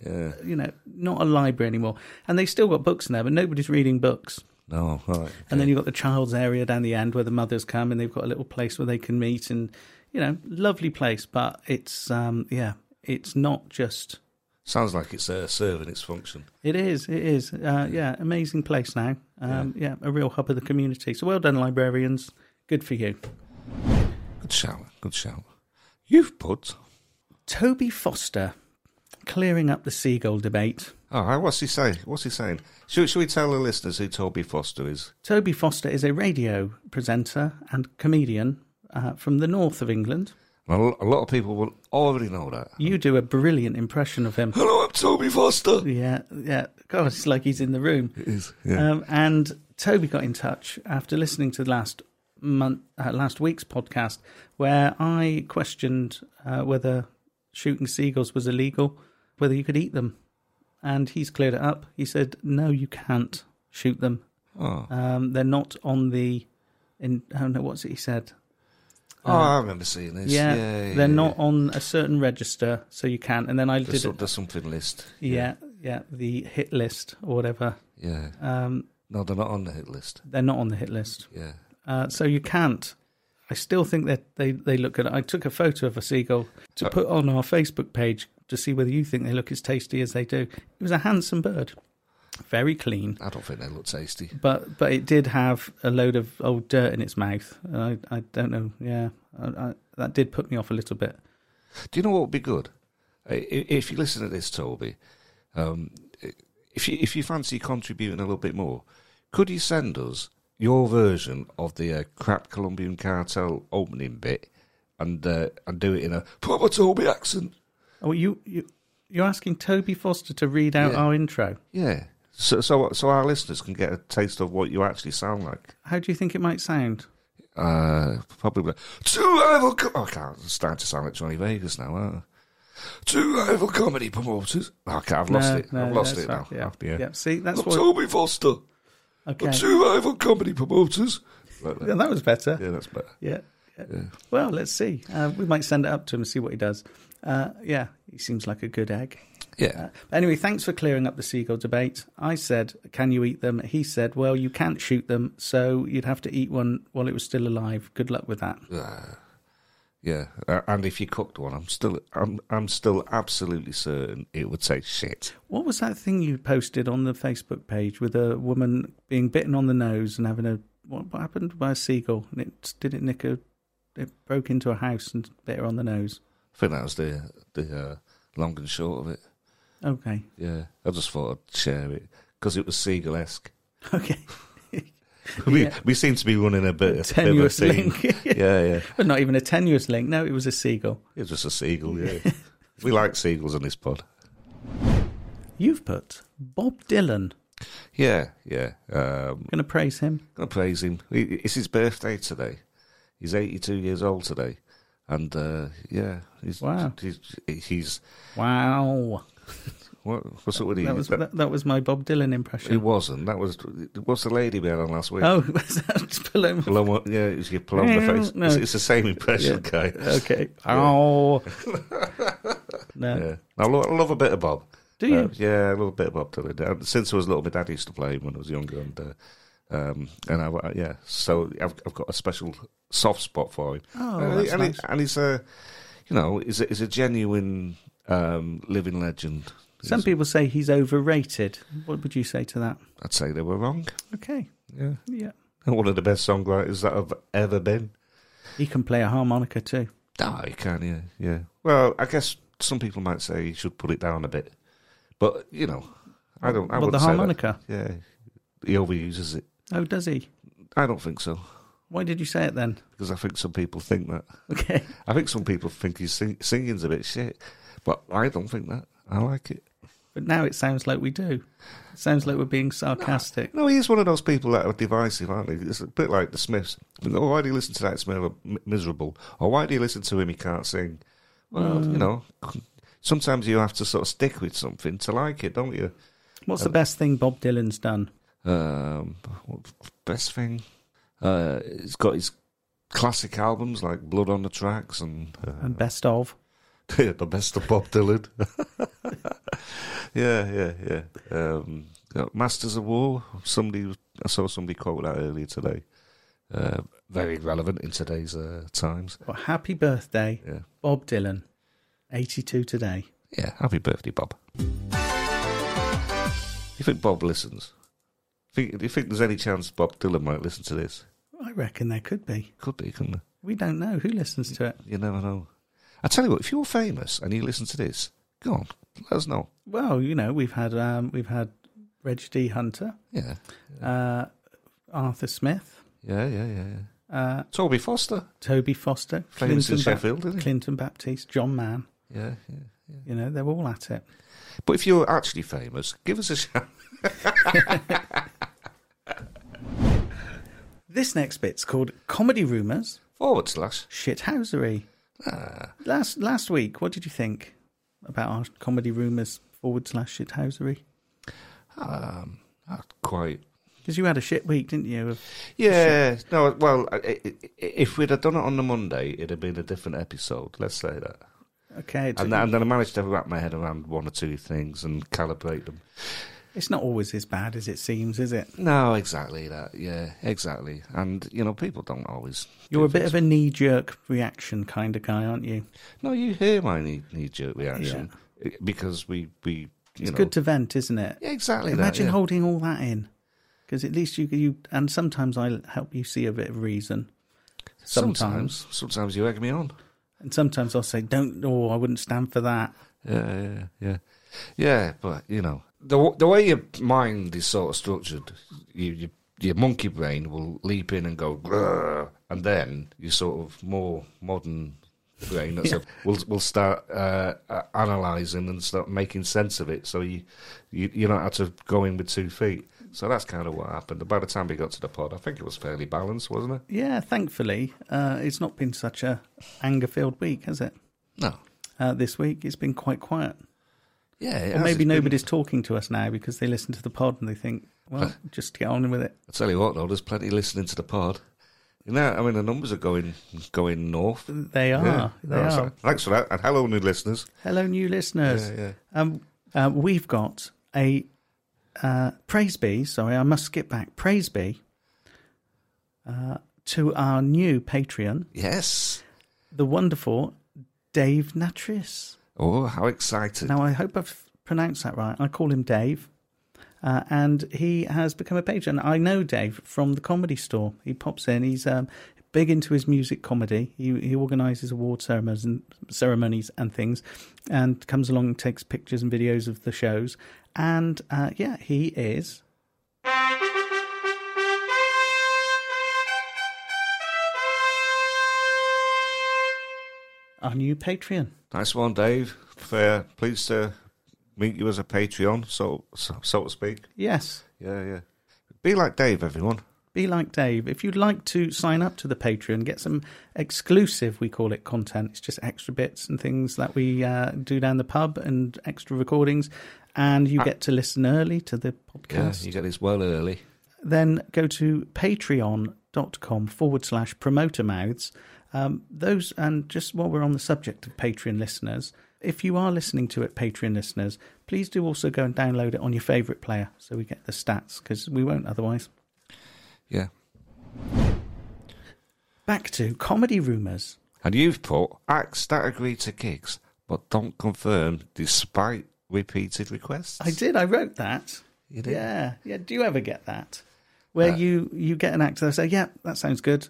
C: you know not a library anymore, and they still got books in there, but nobody's reading books.
D: No, all right.
C: And then you've got the child's area down the end where the mothers come and they've got a little place where they can meet and, you know, lovely place. But it's, um, yeah, it's not just.
D: Sounds like it's uh, serving its function.
C: It is, it is. Uh, yeah, amazing place now. Um, yeah. a real hub of the community. So well done, librarians. Good for you.
D: Good shout, good shout. You've put.
C: Toby Foster clearing up the seagull debate.
D: All right, what's he saying? What's he saying? Should, should we tell the listeners who Toby Foster is?
C: Toby Foster is a radio presenter and comedian uh, from the north of England.
D: Well, a lot of people will already know that.
C: You do a brilliant impression of him.
D: Hello, I'm Toby Foster.
C: Yeah, yeah. God, it's like he's in the room.
D: It is, yeah.
C: Um, and Toby got in touch after listening to the last month, uh, last week's podcast, where I questioned uh, whether shooting seagulls was illegal, whether you could eat them, and he's cleared it up. He said, "No, you can't shoot them.
D: Oh.
C: Um, they're not on the. In I don't know what's it he said.
D: oh, I remember seeing this.
C: Yeah,
D: Yeah, yeah,
C: they're not on a certain register, so you can't." And then I
D: There's,
C: did
D: some,
C: it.
D: there's something list.
C: Yeah, yeah, the hit list or whatever.
D: Yeah.
C: Um,
D: no, they're not on the hit list.
C: they're not on the hit list.
D: Yeah.
C: Uh, so you can't. I still think that they, they look good. I took a photo of a seagull
D: Uh,
C: to put on our Facebook page to see whether you think they look as tasty as they do. It was a handsome bird, very clean,
D: I don't think they look tasty.
C: but but it did have a load of old dirt in its mouth. And I I don't know. Yeah, I, I, that did put me off a little bit.
D: Do you know what would be good? I- i- If you listen to this, Toby, um, i- if you if you fancy contributing a little bit more, could you send us your version of the uh, crap Colombian cartel opening bit and uh, and do it in a proper Toby accent?
C: Oh, you you you're asking Toby Foster to read out
D: Yeah.
C: our intro.
D: Yeah. So so so our listeners can get a taste of what you actually sound like.
C: How do you think it might sound?
D: Uh, probably two rival. Co- oh, I can't I'm starting to sound like Johnny Vegas now, aren't I? Two rival comedy promoters. Oh, I can't, I've lost
C: No,
D: it.
C: no,
D: I've lost
C: that's
D: it now.
C: right, Yeah. yeah. See, that's
D: Look,
C: what.
D: Toby Foster.
C: Okay.
D: Two rival comedy promoters. Like that.
C: Yeah, that was better.
D: Yeah, that's better.
C: Yeah. yeah. Well, let's see. Uh, we might send it up to him and see what he does. Uh, yeah, he seems like a good egg.
D: Yeah.
C: Anyway, thanks for clearing up the seagull debate. I said, "Can you eat them?" He said, "Well, you can't shoot them, so you'd have to eat one while it was still alive." Good luck with that.
D: Yeah. Uh, and if you cooked one, I'm still, I'm, I'm still absolutely certain it would taste shit.
C: What was that thing you posted on the Facebook page with a woman being bitten on the nose and having a what, what happened by a seagull? And it did it nick a, it broke into a house and bit her on the nose.
D: I think that was the, the uh, long and short of it.
C: Okay,
D: Yeah. I just thought I'd share it because it was seagull esque.
C: okay,
D: We, we seem to be running a bit, a bit of a
C: tenuous
D: theme.
C: link.
D: yeah, yeah.
C: But not even a tenuous link. No, it was a seagull.
D: It's just a seagull. Yeah. we like seagulls on this pod.
C: You've put Bob Dylan.
D: Yeah, yeah. Um,
C: Going to praise him.
D: God praise him. He- It's his birthday today. He's 82 years old today. And uh, yeah, he's,
C: Wow.
D: he's, he's
C: Wow,
D: what, what's up with
C: that
D: him?
C: was that, that was my Bob Dylan impression.
D: It wasn't. That was what's the lady bear on last week?
C: Oh, was that below my-
D: Paloma- yeah, it's your Paloma face.
C: No.
D: It's, it's the same impression, guy.
C: okay. Oh, no.
D: Yeah. I, lo- I love a bit of Bob.
C: Do you?
D: Uh, yeah, I love a bit of Bob Dylan. And since I was little, my dad used to play him when I was younger, and uh, um, and I, I- yeah, so I've, I've got a special soft spot for him.
C: Oh,
D: and,
C: that's
D: and,
C: nice.
D: and he's a, you know, he's a, he's a genuine um, living legend.
C: Some
D: He's-
C: people say he's overrated. What would you say to that?
D: I'd say they were wrong.
C: Okay.
D: Yeah,
C: Yeah.
D: one of the best songwriters that I've ever been.
C: He can play a harmonica too.
D: No, you can, yeah, yeah. Well, I guess some people might say you should put it down a bit, but you know, I don't. I
C: but the
D: wouldn't say that.
C: harmonica.
D: Yeah, he overuses it.
C: Oh, does he?
D: I don't think so
C: Why did you say it then?
D: because I think some people think that.
C: Okay.
D: I think some people think his sing- singing's a bit shit, but I don't think that. I like it.
C: But now it sounds like we do. It sounds like we're being sarcastic.
D: No, he's one of those people that are divisive, aren't he? It's a bit like the Smiths. Oh, why do you listen to that? It's mi- miserable. Or why do you listen to him? He can't sing. Well,
C: Mm.
D: you know, sometimes you have to sort of stick with something to like it, don't you?
C: What's
D: Uh,
C: the best thing Bob Dylan's done?
D: Um, what- best thing. Uh, he's got his classic albums like Blood on the Tracks and uh,
C: And best of?
D: yeah, the best of Bob Dylan. yeah, yeah, yeah. Um, got Masters of War. Somebody I saw somebody quote that earlier today. Uh, very relevant in today's uh, times.
C: Well, happy birthday,
D: Yeah,
C: Bob Dylan. 82 today.
D: yeah. Happy birthday, Bob. You think Bob listens? Think, do you think there's any chance Bob Dylan might listen to this?
C: I reckon there could be.
D: Could be, couldn't there?
C: We don't know who listens to it.
D: You never know. I tell you what, if you're famous and you listen to this, go on, let us know.
C: Well, you know, we've had um, we've had Reg D. Hunter,
D: Yeah,
C: uh, Arthur Smith,
D: yeah, yeah, yeah. yeah.
C: uh,
D: Toby Foster,
C: Toby Foster,
D: famous in
C: Clinton, Ba-
D: Sheffield, isn't he?
C: Clinton Baptiste, John Mann.
D: Yeah, yeah.
C: You know, they're all at it.
D: But if you're actually famous, give us a shout.
C: This next bit's called Comedy Rumours
D: Forward slash.
C: Shithousery.
D: Ah.
C: Last last week, what did you think about our comedy rumours forward slash shithousery?
D: Um, not quite.
C: Because you had a shit week, didn't you? of-
D: Yeah, no, well, i- i- i- if we'd have done it on the Monday, it'd have been a different episode, let's say that.
C: Okay, it's,
D: And, then- and then I managed to wrap my head around one or two things and calibrate them.
C: it's not always as bad as it seems, is it?
D: No, exactly that. Yeah, exactly. And, you know, people don't always. do
C: You're a bit
D: things
C: of a knee jerk reaction kind of guy, aren't you?
D: No, you hear my knee knee jerk reaction It- because we we you
C: It's
D: know
C: good to vent, isn't it?
D: yeah, exactly.
C: Imagine
D: that, yeah.
C: holding all that in, because at least you you and sometimes I help you see a bit of reason. Sometimes,
D: sometimes sometimes you egg me on.
C: and sometimes I'll say, "Don't," or "I wouldn't stand for that."
D: Yeah, yeah, yeah, yeah. But you know the w- the way your mind is sort of structured, you, you your monkey brain will leap in and go, "Grr," and then your sort of more modern brain that's
C: Yeah.
D: a, will will start uh, analyzing and start making sense of it. So you you you don't have to go in with two feet. So that's kind of what happened. By the time we got to the pod, I think it was fairly balanced, wasn't it?
C: Yeah, thankfully, uh, it's not been such a anger-filled week, has it?
D: No.
C: Uh, this week, it's been quite quiet.
D: Yeah, it
C: Or
D: has.
C: maybe
D: It's been-
C: nobody's talking to us now because they listen to the pod and they think, "Well, just get on with it."
D: I tell you what, though, there's plenty listening to the pod. You know, I mean, the numbers are going going north.
C: They are.
D: Yeah.
C: They
D: No,
C: are.
D: so- Thanks for that, and hello, new listeners.
C: Hello, new listeners.
D: Yeah, yeah.
C: Um, uh, we've got a uh, praise bee. Sorry, I must skip back. Praise bee uh, to our new Patreon,
D: Yes.
C: the wonderful Dave Natris.
D: Oh, how excited!
C: Now, I hope I've pronounced that right. I call him Dave. Uh, and he has become a patron. I know Dave from the comedy store. He pops in. He's um, big into his music comedy. He he organises award ceremonies and ceremonies and things, and comes along and takes pictures and videos of the shows. And uh, yeah, he is our new Patreon.
D: Nice one, Dave. Fair. Pleased to meet you as a Patreon, so so, so to speak.
C: Yes.
D: Yeah, yeah. Be like Dave, everyone.
C: Be like Dave. If you'd like to sign up to the Patreon, get some exclusive, we call it content. It's just extra bits and things that we uh, do down the pub and extra recordings. And you get to listen early to the
D: Yeah,
C: podcast.
D: you get this well early.
C: Then go to patreon.com forward slash promoter mouths. Um, those, and just while we're on the subject of Patreon listeners, If you are listening to it, Patreon listeners, please do also go and download it on your favourite player so we get the stats because we won't otherwise.
D: Yeah.
C: Back to comedy rumours.
D: And you've put acts that agree to gigs but don't confirm despite repeated requests.
C: I did. I wrote that.
D: You did? Uh,
C: Yeah. Yeah. Do you ever get that? Where you, you get an actor, they say, yeah, that sounds good.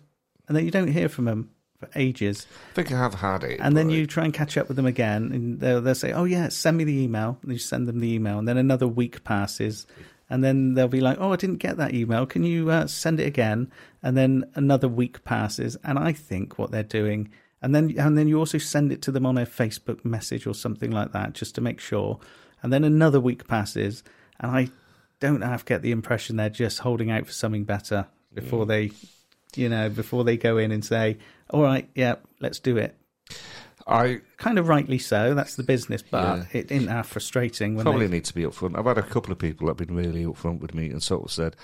C: And then you don't hear from them for ages.
D: I think I have had it.
C: And then
D: but-
C: you try and catch up with them again, and they'll, they'll say, "Oh yeah, send me the email." And you send them the email, and then another week passes, and then they'll be like, "Oh, I didn't get that email. Can you uh, send it again?" And then another week passes, and I think what they're doing, and then and then you also send it to them on a Facebook message or something like that, just to make sure. And then another week passes, and I don't half get the impression they're just holding out for something better before they, you know, before they go in and say, "All right, yeah, let's do it."
D: I
C: kind of rightly so. That's the business, but
D: Yeah.
C: it isn't half frustrating when
D: probably
C: they,
D: need to be upfront. I've had a couple of people that have been really upfront with me and sort of said,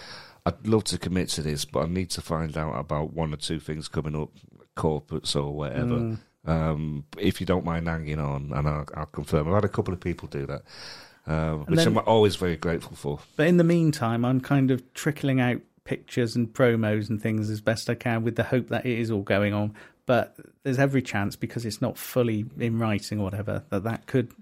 D: I'd love to commit to this, but I need to find out about one or two things coming up, corporates or whatever.
C: Hmm.
D: Um, if you don't mind hanging on, and I'll, I'll confirm. I've had a couple of people do that, um, which
C: then-
D: I'm always very grateful for.
C: But in the meantime, I'm kind of trickling out pictures and promos and things as best I can with the hope that it is all going on. But there's every chance because it's not fully in writing or whatever that that could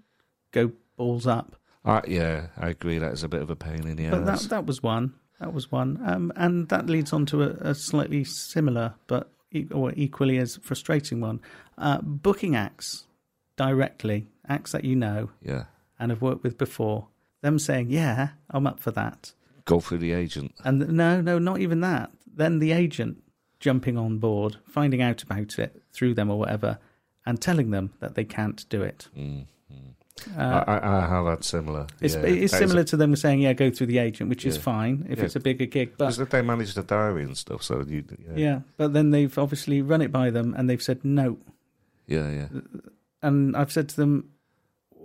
C: go balls up.
D: Uh, yeah, I agree. That is a bit of a pain in the
C: But that
D: ass.
C: that was one. That was one. Um, and that leads on to a, a slightly similar but e- or equally as frustrating one. Uh, booking acts directly, acts that you know,
D: yeah,
C: and have worked with before, them saying, "Yeah, I'm up for that,"
D: go through the agent.
C: and th- no, no, not even that. Then the agent jumping on board, finding out about it through them or whatever, and telling them that they can't do it.
D: Mm-hmm. I, I, I have had similar.
C: Uh, It's,
D: Uh, yeah,
C: it is
D: that
C: similar to them saying, "Yeah, go through the agent," which is
D: Yeah.
C: fine if
D: Yeah.
C: it's a bigger gig,
D: Because
C: but.
D: they manage the diary and stuff, so you,
C: Yeah, but then they've obviously run it by them and they've said no.
D: yeah, yeah.
C: And I've said to them,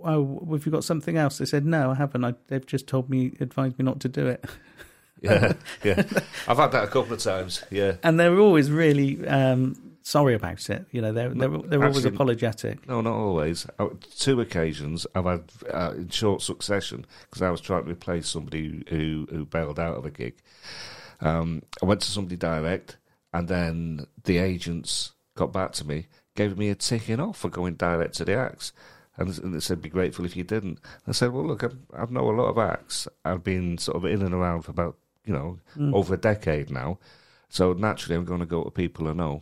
C: "Oh, have you got something else?" They said, "No, I haven't. I, they've just told me, advised me not to do it."
D: yeah, yeah. I've had that a couple of times. Yeah.
C: and they're always really um, sorry about it. You know, they're they're, they're always
D: actually-
C: apologetic.
D: No, not always. Uh, Two occasions I've had uh, in short succession because I was trying to replace somebody who, who bailed out of a gig. Um, I went to somebody direct, and then the agents got back to me, gave me a ticking off for going direct to the acts. And and they said, be grateful if you didn't. I said, well, look, I'm, I know a lot of acts. I've been sort of in and around for about, you know, over a decade now. So naturally, I'm going to go to people I know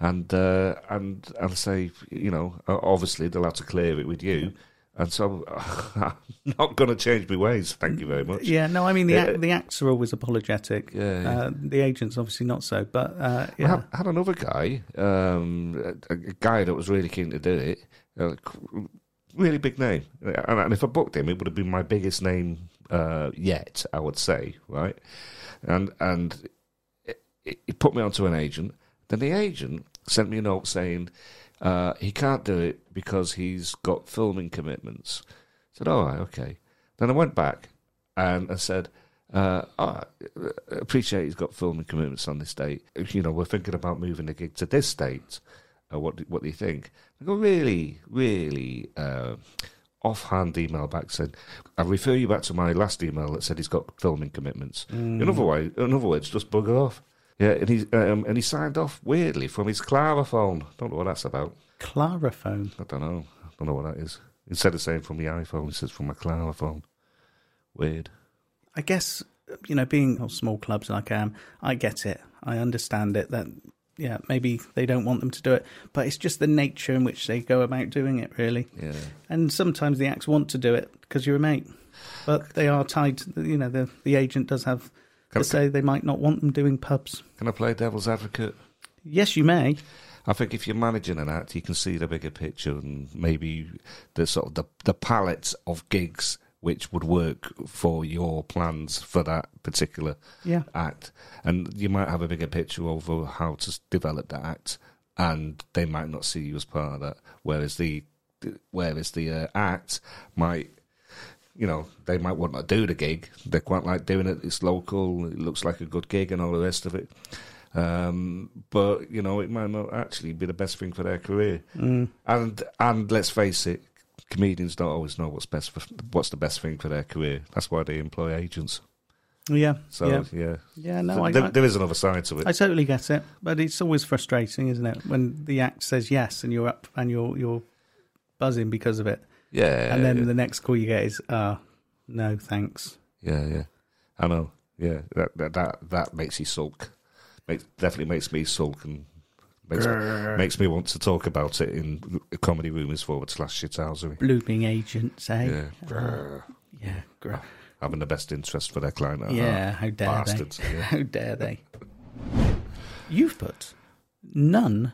D: and uh, and and say, you know, o- obviously they'll have to clear it with you, and so I'm not going to change my ways. Thank you very much.
C: Yeah, no, I mean the
D: Yeah.
C: act, the acts are always apologetic.
D: Yeah, yeah.
C: Uh, the agents obviously not so, but uh,
D: I
C: yeah,
D: had, had another guy, um, a, a guy that was really keen to do it, uh, c- really big name. And, and if I booked him, it would have been my biggest name uh, yet, I would say, right? And and it- it- he put me onto an agent. Then the agent sent me a note saying uh, he can't do it because he's got filming commitments. I said, all right, okay. Then I went back and I said, uh, I appreciate he's got filming commitments on this date. You know, we're thinking about moving the gig to this date. Uh, what do, what do you think? I got a really, really uh, offhand email back saying, I refer you back to my last email that said he's got filming commitments. In other way, in other words, just bugger off. Yeah, and he um, and he signed off weirdly from his Clara phone. Don't know what that's about.
C: clarophone.
D: I don't know. I don't know what that is. Instead of saying from the iPhone, it says from my Clara phone. Weird.
C: I guess you know, being of small clubs like I am, I get it. I understand it. That yeah, maybe they don't want them to do it, but it's just the nature in which they go about doing it, really.
D: Yeah.
C: And sometimes the acts want to do it because you're a mate, but they are tied. To the, you know, the the agent does have
D: Can I-
C: to say they might not want them doing pubs.
D: Can I play devil's advocate?
C: Yes, you may.
D: I think if you're managing an act, you can see the bigger picture and maybe the sort of the, the palette of gigs which would work for your plans for that particular
C: Yeah.
D: act, and you might have a bigger picture over how to s- develop that act, and they might not see you as part of that. Whereas the whereas the uh, act might, you know, they might want to do the gig. They quite like doing it. It's local. It looks like a good gig, and all the rest of it. Um, but
C: Mm.
D: you know, it might not actually be the best thing for their career. And and let's face it, comedians don't always know what's best for what's the best thing for their career. That's why they employ agents.
C: Yeah.
D: So
C: yeah.
D: yeah,
C: Yeah, no, I,
D: there,
C: I,
D: there is another side to it.
C: I totally get it, but it's always frustrating, isn't it, when the act says yes and you're up and you're you're buzzing because of it,
D: yeah,
C: and then
D: yeah,
C: the next call you get is, uh, no, thanks.
D: yeah, yeah. I know. Yeah, that that that, that makes you sulk. Makes, definitely makes me sulk and makes, makes me want to talk about it in comedy rumours forward slash shithousery.
C: Blooming agents, eh?
D: Yeah, Uh-huh. Grr.
C: Yeah, gr-
D: having the best interest for their client. at
C: yeah.
D: heart.
C: How dare
D: bastards.
C: they?
D: yeah.
C: How dare they? You've put none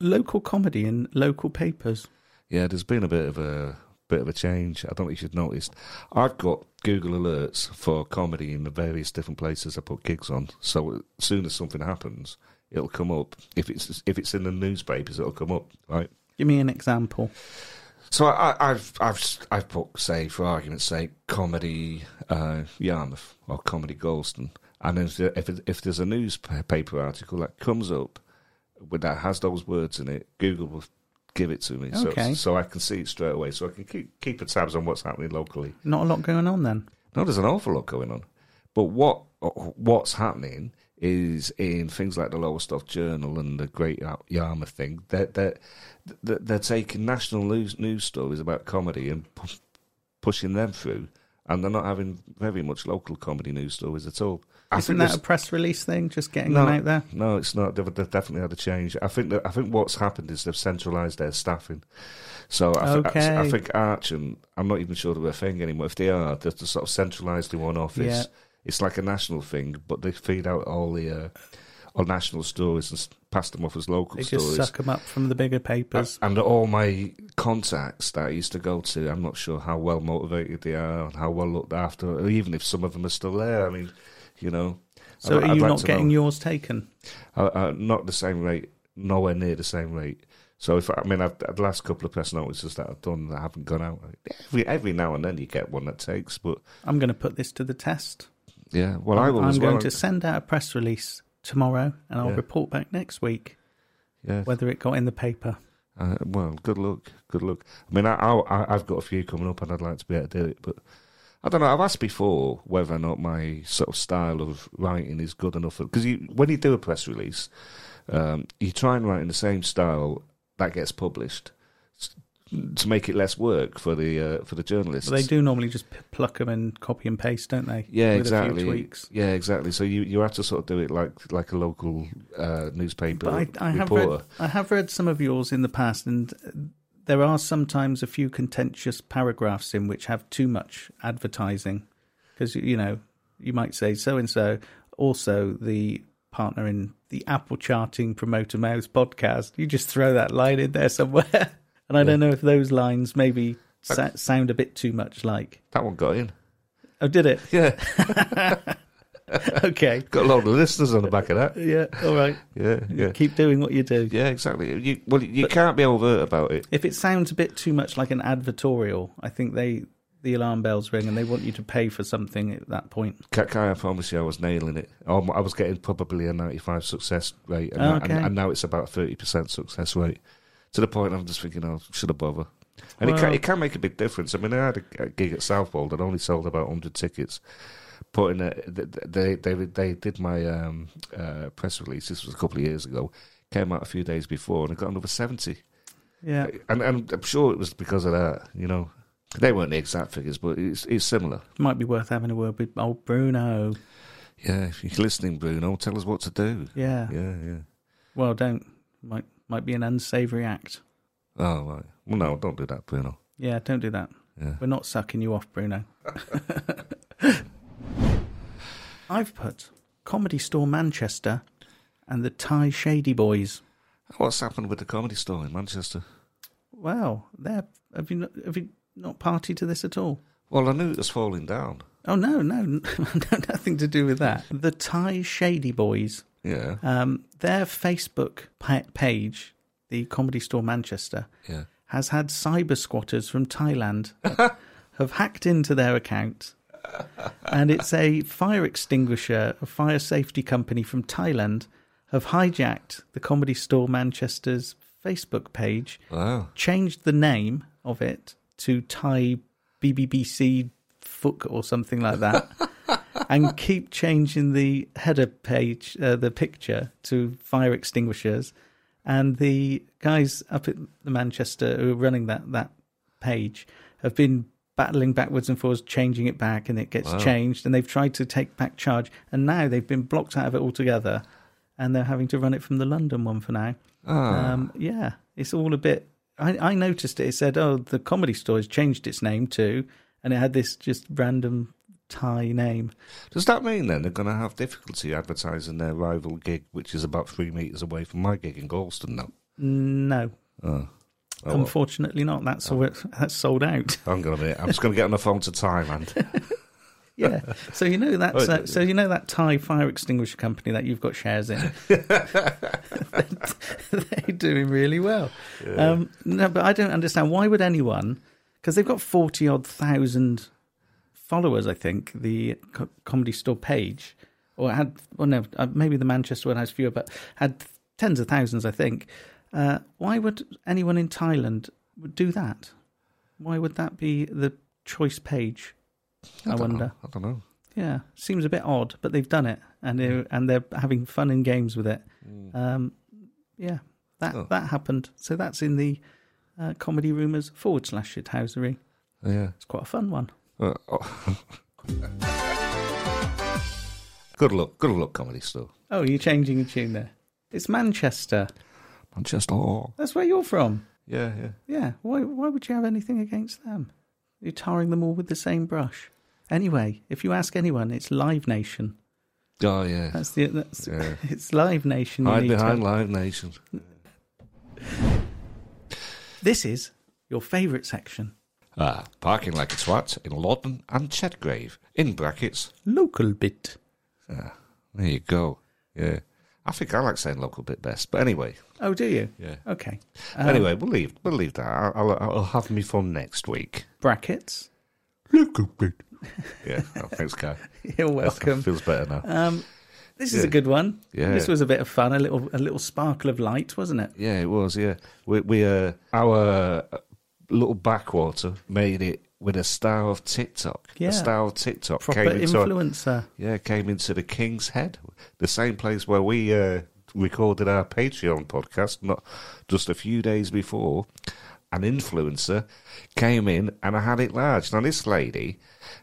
C: local comedy in local papers.
D: Yeah, there's been a bit of a bit of a change. I don't know if you've noticed. I've got Google alerts for comedy in the various different places I put gigs on. So as soon as something happens, it'll come up. If it's if it's in the newspapers, it'll come up, right?
C: Give me an example.
D: So I, I- I've I've I've put say for argument's sake comedy uh, Yarmouth or comedy Golston, and if there- if, it- if there's a newspaper article that comes up with that has those words in it, Google will give it to me,
C: Okay.
D: so so I can see it straight away, so I can keep keep a tabs on what's happening locally.
C: Not a lot going on then.
D: No, there's an awful lot going on, but what what's happening is in things like the Lowestoft Journal and the Great Yar- Yarmouth thing. They're they're, they're, they're taking national news, news stories about comedy and pu- pushing them through, and they're not having very much local comedy news stories at all. I
C: Isn't
D: think
C: that
D: there's-
C: a press release thing? Just getting them out there.
D: no, it's not. They've, they've definitely had a change. I think that I think what's happened is they've centralised their staffing. So I, thi-
C: Okay.
D: I, I think Arch and I'm not even sure they're a thing anymore. If they are, they're just sort of centralised in one office.
C: Yeah.
D: It's like a national thing, but they feed out all the uh, all national stories and s- pass them off as local
C: They just
D: stories.
C: suck them up from the bigger papers.
D: And all my contacts that I used to go to, I'm not sure how well motivated they are and how well looked after, or even if some of them are still there. I mean, you know.
C: so
D: I'd-
C: are
D: I'd
C: you
D: like
C: not
D: to
C: getting
D: know.
C: yours taken?
D: Uh, uh, not the same rate, nowhere near the same rate. So if I mean, I've, the last couple of press notices that I've done that haven't gone out. Every every now and then you get one that takes, but
C: I'm going to put this to the test.
D: yeah. Well, I will
C: I'm
D: as
C: going
D: well.
C: to send out a press release tomorrow, and I'll
D: Yeah.
C: report back next week
D: yeah.
C: whether it got in the paper.
D: Uh, well, good luck, good luck. I mean, I, I I've got a few coming up, and I'd like to be able to do it, but I don't know. I've asked before whether or not my sort of style of writing is good enough because you, when you do a press release, um, you try and write in the same style that gets published s- to make it less work for the uh, for the journalists.
C: But they do normally just p- pluck them and copy and paste, don't they?
D: Yeah,
C: With
D: exactly.
C: A few tweaks.
D: Yeah, exactly. So you, you have to sort of do it like like a local uh, newspaper
C: But I, I have
D: reporter.
C: read, I have read some of yours in the past, and uh, there are sometimes a few contentious paragraphs in which have too much advertising, because you know you might say so and so. Also, the partner in the Apple charting promoter mouse podcast. You just throw that line in there somewhere, and I don't know if those lines maybe
D: Uh,
C: sa- sound a bit too much like.
D: That one got in.
C: Oh, did it?
D: Yeah,
C: Okay.
D: got a lot of listeners on the back of that.
C: Yeah. All right.
D: Yeah, yeah.
C: Keep doing what you do.
D: Yeah, exactly. You, well, you can't be overt about it.
C: If it sounds a bit too much like an advertorial, I think they the alarm bells ring and they want you to pay for something at that point.
D: Can, can I promise you, I was nailing it. Um, I was getting probably a ninety-five success rate, and,
C: Oh, okay.
D: and, and now it's about thirty percent success rate. To the point, I'm just thinking, oh, should I bother? And it, can,
C: Well-
D: it can make a big difference. I mean, I had a, a gig at Southwold that only sold about hundred tickets. Putting a, th- th- they they they did my um, uh, press release. This was a couple of years ago. Came out a few days before, and I got another seventy.
C: Yeah.
D: And, and I'm sure it was because of that. You know, they weren't the exact figures, but it's it's similar.
C: Might be worth having a word with old Bruno.
D: Yeah, if you're listening, Bruno, tell us what to do.
C: Yeah.
D: Yeah, yeah.
C: Well don't might might be an unsavory act.
D: Oh, right. Well, no, don't do that, Bruno.
C: Yeah, don't do that.
D: Yeah.
C: We're not sucking you off, Bruno. I've put Comedy Store Manchester and the Thai Shady Boys.
D: What's happened with the comedy store in Manchester?
C: Wow, there have you not, have you not party to this at all?
D: Well, I knew it was falling down.
C: Oh no, no, no, nothing to do with that. The Thai Shady Boys,
D: Yeah,
C: um, their Facebook pa- page, the Comedy Store Manchester,
D: yeah.
C: has had cyber squatters from Thailand have hacked into their account, and it's a fire extinguisher, a fire safety company from Thailand, have hijacked the Comedy Store Manchester's Facebook page,
D: Wow.
C: changed the name of it to Thai BBBC Fook or something like that, and keep changing the header page, uh, the picture to fire extinguishers, and the guys up at the Manchester who are running that that page have been battling backwards and forwards, changing it back, and it gets changed, and they've tried to take back charge, and now they've been blocked out of it altogether, and they're having to run it from the London one for now.
D: Ah.
C: Um, yeah, it's all a bit. I, I noticed it. It said, "Oh, the comedy store has changed its name too," and it had this just random Thai name.
D: Does that mean then they're going to have difficulty advertising their rival gig, which is about three metres away from my gig in Galston now?
C: No,
D: Oh, well.
C: unfortunately not. That's all. It, that's sold out.
D: Hang on a minute. I'm just going to get on the phone to Thailand.
C: yeah. So you know that.
D: Oh,
C: Uh, so you know that Thai fire extinguisher company that you've got shares in. They're doing really well. Um, no, but I don't understand why would anyone? Because they've got forty odd thousand followers, I think, the co- comedy store page, or it had, well, no, uh, maybe the Manchester one has fewer, but had tens of thousands, I think. Uh, why would anyone in Thailand would do that? Why would that be the choice page? I,
D: don't
C: wonder.
D: know. I don't know.
C: Yeah, seems a bit odd, but they've done it, and
D: Mm.
C: they're, and they're having fun and games with it. Um, yeah, that
D: Oh.
C: that happened. So that's in the uh, comedy rumors forward slash shithousery.
D: Yeah.
C: It's quite a fun one.
D: Uh, oh. good luck. Good luck, comedy store.
C: Oh, you're changing your tune there. It's Manchester.
D: Manchester.
C: That's where you're from.
D: Yeah, yeah.
C: Yeah. Why why would you have anything against them? You're tarring them all with the same brush. Anyway, if you ask anyone, it's Live Nation.
D: Oh, yeah.
C: That's the that's
D: Yeah.
C: it's Live Nation. you
D: Hide
C: need to-
D: behind Live Nation.
C: This is your favourite section.
D: Ah, parking like a twat in Lawton and Chetgrave. In brackets.
C: Local bit.
D: Ah, there you go. Yeah. I think I like saying local bit best, but anyway.
C: Oh, do you?
D: Yeah.
C: Okay.
D: anyway, we'll leave. We'll leave that. I'll, I'll, I'll have me fun next week.
C: Brackets.
D: Local bit. Yeah. Oh, thanks, Kai.
C: You're welcome.
D: Feels better now.
C: Um, this is
D: Yeah.
C: a good one.
D: Yeah.
C: This was a bit of fun. A little a little sparkle of light, wasn't it?
D: Yeah, it was. Yeah, we we uh, our uh, little backwater made it with a star of TikTok.
C: Yeah.
D: a star of TikTok
C: Proper influencer.
D: yeah came into the King's Head, the same place where we uh, recorded our Patreon podcast, not just a few days before. An influencer came in and I had it large. Now this lady,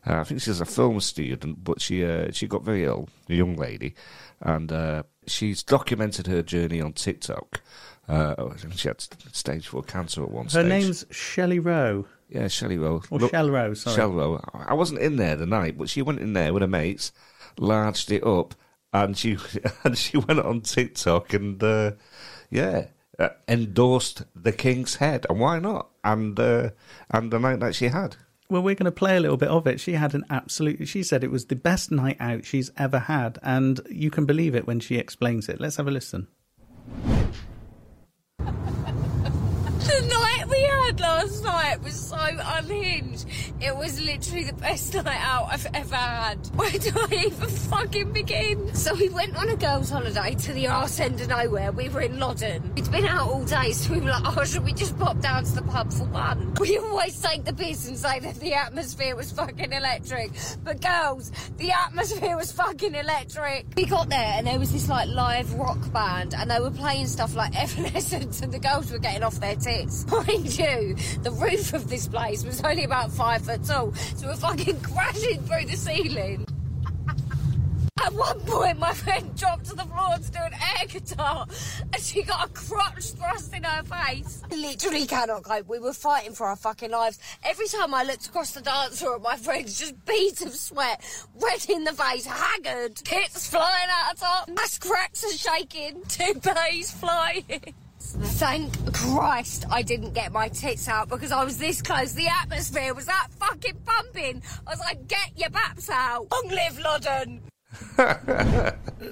D: uh, I think she's a film student, but she uh, she got very ill, a young lady, and uh, she's documented her journey on TikTok. Uh, oh, she had stage four cancer at one
C: Her
D: stage.
C: name's Shelley Rowe
D: yeah, Shelley Rowe.
C: or
D: Look-
C: Shell Rowe. Sorry.
D: Shallow. I wasn't in there the night, but she went in there with her mates, larged it up, and she and she went on TikTok and uh, yeah, uh, endorsed the King's Head, and why not? And uh, and the night that she had,
C: Well, we're going to play a little bit of it. She had an absolute. She said it was the best night out she's ever had, and you can believe it when she explains it. Let's have a listen.
E: The night we had last night was so unhinged. It was literally the best night out I've ever had. Where do I even fucking begin? So we went on a girls' holiday to the arse end of nowhere. We were in Loddon. We'd been out all day, so we were like, oh, should we just pop down to the pub for one? We always take the piss and say that the atmosphere was fucking electric. But girls, the atmosphere was fucking electric. We got there and there was this like live rock band and they were playing stuff like Evanescence and the girls were getting off their tits. Mind you, the roof of this place was only about five foot tall, so we're fucking crashing through the ceiling. At one point, my friend dropped to the floor to do an air guitar, and she got a crotch thrust in her face. I literally cannot cope. We were fighting for our fucking lives. Every time I looked across the dance floor at my friends, just beads of sweat, red in the face, haggard, tits flying out of top, ass cracks are shaking, toupees flying. Thank Christ I didn't get my tits out because I was this close. The atmosphere was that fucking pumping. I was like, get your baps out. Long live Loddon.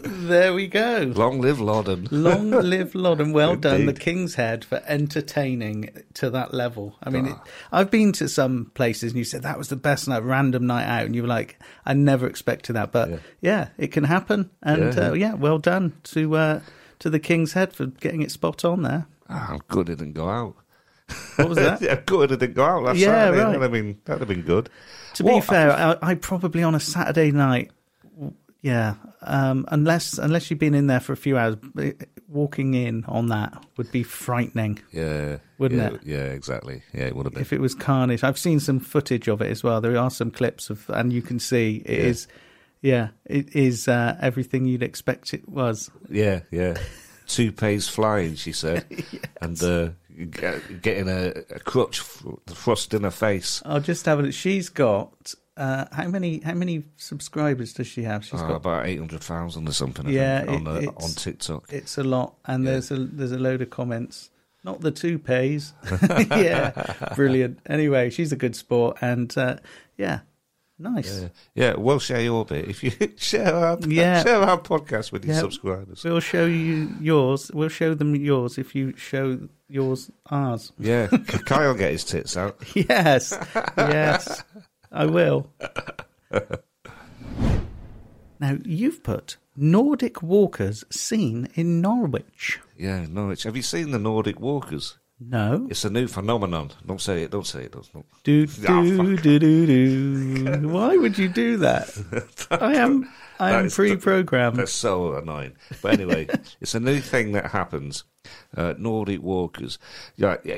C: There we go.
D: long live Loddon.
C: Long live Loddon. Well done, the
D: Indeed.
C: King's Head, for entertaining to that level. I mean, it, I've been to some places and you said that was the best night, random night out, and you were like, I never expected that. But yeah, it can happen. And yeah,
D: Yeah.
C: uh, yeah well done to uh, to the King's Head for getting it spot on there.
D: Ah, I'm good. It didn't go out.
C: What was that?
D: yeah, good. I didn't go out last
C: Yeah,
D: Saturday.
C: right.
D: That'd have been that'd have been good.
C: To be
D: What-
C: fair, I, I probably on a Saturday night, w- yeah. Um, unless unless you've been in there for a few hours, b- walking in on that would be frightening.
D: yeah,
C: Wouldn't
D: yeah,
C: it?
D: Yeah, exactly. Yeah, it would have been.
C: If it was carnage, I've seen some footage of it as well. There are some clips of, and you can see it
D: Yeah.
C: is, yeah. it is uh, everything you'd expect it was.
D: Yeah, yeah. Toupees flying, she said, and uh, g- getting a, a crutch fr- thrust in her face.
C: I'll just have it. She's got uh, how many how many subscribers does she have? She's
D: Oh,
C: got
D: about eight hundred thousand or something. I
C: Yeah,
D: think, on
C: it-
D: uh,
C: it's-
D: on TikTok.
C: it's a lot, and
D: Yeah.
C: there's a there's a load of comments. Not the two pays. yeah, brilliant. Anyway, she's a good sport, and uh, yeah, nice.
D: Yeah. yeah, we'll share your bit if you share our
C: Yeah.
D: share our podcast with your
C: Yeah.
D: subscribers.
C: We'll show you yours. We'll show them yours if you show yours ours.
D: Yeah, Kyle get his tits out.
C: Yes, yes, I will. Now you've put Nordic walkers seen in Norwich.
D: Yeah, Norwich. Have you seen the Nordic Walkers?
C: No.
D: It's a new phenomenon. Don't say it. Don't say it. Don't. don't.
C: Do
D: Ah,
C: do do do do. Why would you do that? I am I
D: That
C: am
D: is-
C: pre-programmed.
D: That's so annoying. But anyway, it's a new thing that happens. Uh, Nordic walkers. Yeah, yeah,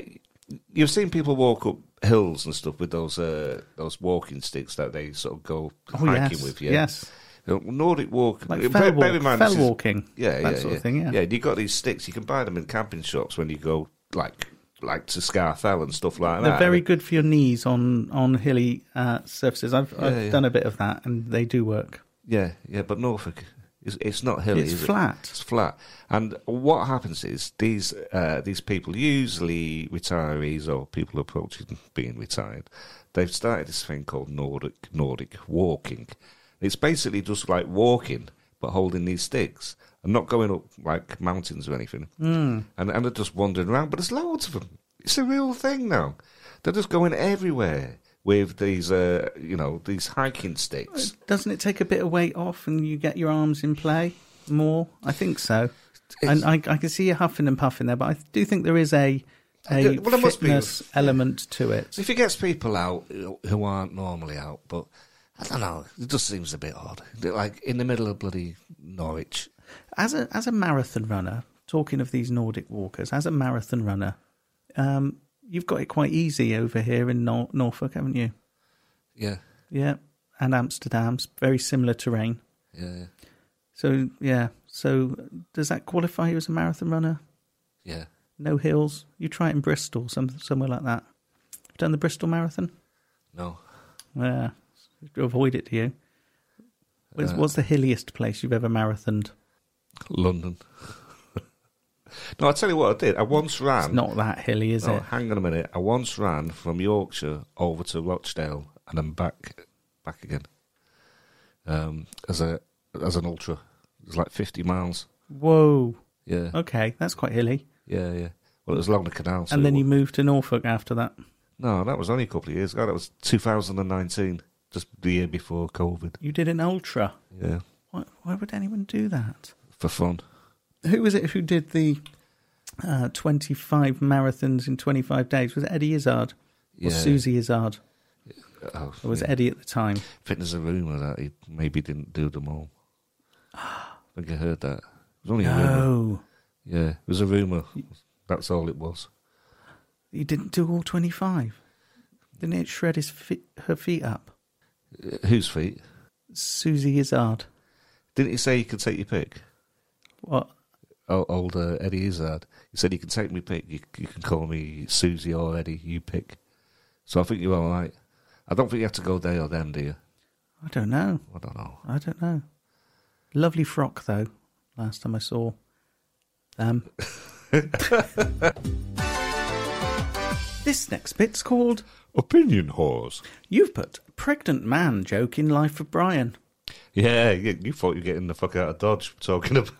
D: you've seen people walk up hills and stuff with those uh, those walking sticks that they sort of go
C: Oh
D: hiking
C: yes,
D: with. Yeah.
C: yes,
D: You know, Nordic walk.
C: like
D: bear-
C: fell,
D: bear
C: walk,
D: in mind
C: fell
D: this is-
C: walking.
D: Yeah,
C: that
D: yeah,
C: sort
D: yeah.
C: of thing. Yeah,
D: yeah. You got these sticks. You can buy them in camping shops when you go like like to Scarfell and stuff like
C: they're
D: that.
C: very good for your knees on on hilly uh, surfaces. I've I've
D: yeah.
C: done a bit of that, and they do work.
D: Yeah, yeah, but Norfolk, it's, it's not hilly.
C: It's
D: is it?
C: flat.
D: It's flat. And what happens is these uh, these people, usually retirees or people approaching being retired, they've started this thing called Nordic Nordic walking. It's basically just like walking, but holding these sticks and not going up like mountains or anything.
C: Hmm.
D: Mm. And and they're just wandering around. But there's loads of them. It's a real thing now. They're just going everywhere with these, uh, you know, these hiking sticks.
C: Doesn't it take a bit of weight off, and you get your arms in play more? I think so. And I, I can see you huffing and puffing there, but I do think there is a a
D: Yeah, Uh, well, there must be.
C: fitness element to it.
D: So if it gets people out who aren't normally out, but I don't know, it just seems a bit odd. Like in the middle of bloody Norwich.
C: as a as a marathon runner, talking of these Nordic walkers, as a marathon runner, um, you've got it quite easy over here in Nor- Norfolk, haven't you?
D: Yeah,
C: Yeah, and Amsterdam's very similar terrain.
D: yeah,
C: So yeah, so does that qualify you as a marathon runner?
D: yeah.
C: No hills. You try it in Bristol, some somewhere like that. You've done the Bristol Marathon.
D: No,
C: Yeah, avoid it. Do you? What's,
D: Uh,
C: what's the hilliest place you've ever marathoned?
D: London. no, I tell you what I did. I once ran.
C: It's not that hilly, is
D: no,
C: it?
D: hang on a minute. I once ran from Yorkshire over to Rochdale and then back, back again. Um, as a as an ultra, it was like fifty miles.
C: Whoa.
D: Yeah,
C: Okay, that's quite hilly.
D: yeah, yeah. Well, it was along the canal. so
C: and then
D: it
C: you moved to Norfolk after that.
D: No, that was only a couple of years ago. That was 2019, just the year before COVID.
C: You did an ultra.
D: Yeah,
C: Why, why would anyone do that?
D: for fun.
C: Who was it who did the uh, 25 marathons in 25 days? Was it Eddie Izzard or
D: Yeah.
C: Susie Izzard?
D: Oh,
C: Or was
D: yeah.
C: it Eddie at the time?
D: I think there's a rumour that he maybe didn't do them all. I think I heard that. It was only a rumour.
C: No.
D: Yeah, it was a rumour. That's all it was.
C: He didn't do all 25. Didn't it shred his feet, her feet up?
D: Uh, Whose feet?
C: Susie Izzard.
D: Didn't he say you could take your pick?
C: What?
D: Oh, old uh, Eddie Izzard. He said, you can take me pick. You, you can call me Susie or Eddie. You pick. So I think you're all right. I don't think you have to go they or them, do you?
C: I don't know.
D: I don't know.
C: I don't know. Lovely frock, though, last time I saw Um. them. this next bit's called
D: Opinion whores.
C: You've Put Pregnant Man Joke in Life of Brian.
D: Yeah, you, you thought you were getting the fuck out of Dodge talking about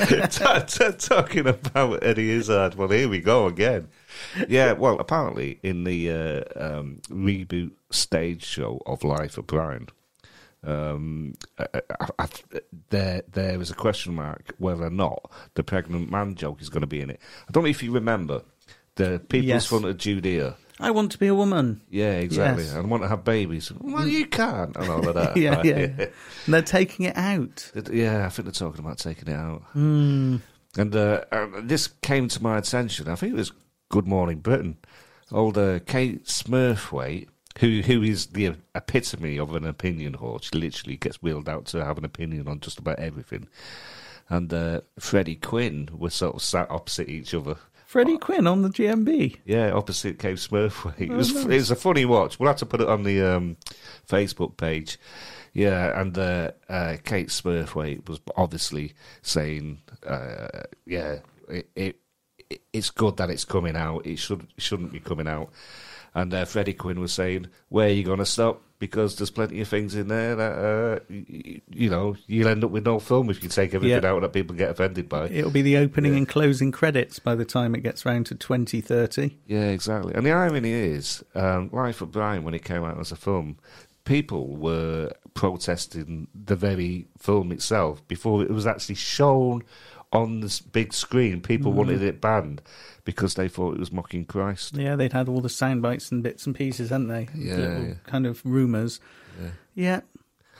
D: ta- ta- talking about Eddie Izzard. Well, here we go again. Yeah, well, apparently in the uh, um, reboot stage show of Life of Brian, um, I, I, I, there there is a question mark whether or not the pregnant man joke is going to be in it. I don't know if you remember. The people's
C: Yes.
D: front of Judea.
C: I want to be a woman.
D: Yeah, exactly.
C: Yes.
D: And want to have babies. Well, you can't, and all of that.
C: yeah,
D: right?
C: yeah. and they're taking it out.
D: It- Yeah, I think they're talking about taking it out. And uh, um, this came to my attention. I think it was Good Morning Britain. Old uh, Kate Smurfwaite, who who is the epitome of an opinion whore. She literally gets wheeled out to have an opinion on just about everything. And uh, Freddie Quinn were sort of sat opposite each other.
C: Freddie Quinn on the GMB.
D: Yeah, opposite Cave Smurfway. It was it was a funny watch. We'll have to put it on the um, Facebook page. Yeah, and uh, uh, Kate Smurfway was obviously saying, uh, "Yeah, it, it it's good that it's coming out. It should shouldn't be coming out." And uh, Freddie Quinn was saying, "Where are you going to stop? Because there's plenty of things in there that uh, y- y- you know you'll end up with no film if you take everything
C: Yeah.
D: out that people get offended by."
C: It'll be the opening and closing credits by the time it gets round to 2030.
D: Yeah, exactly. And the irony is, um, Life of Brian, when it came out as a film, people were protesting the very film itself before it was actually shown on the s- big screen.
C: Mm.
D: People wanted it banned because they thought it was mocking Christ.
C: Yeah, they'd had all the sound bites and bits and pieces, hadn't they?
D: Yeah,
C: Little
D: yeah.
C: Kind of rumours. Yeah.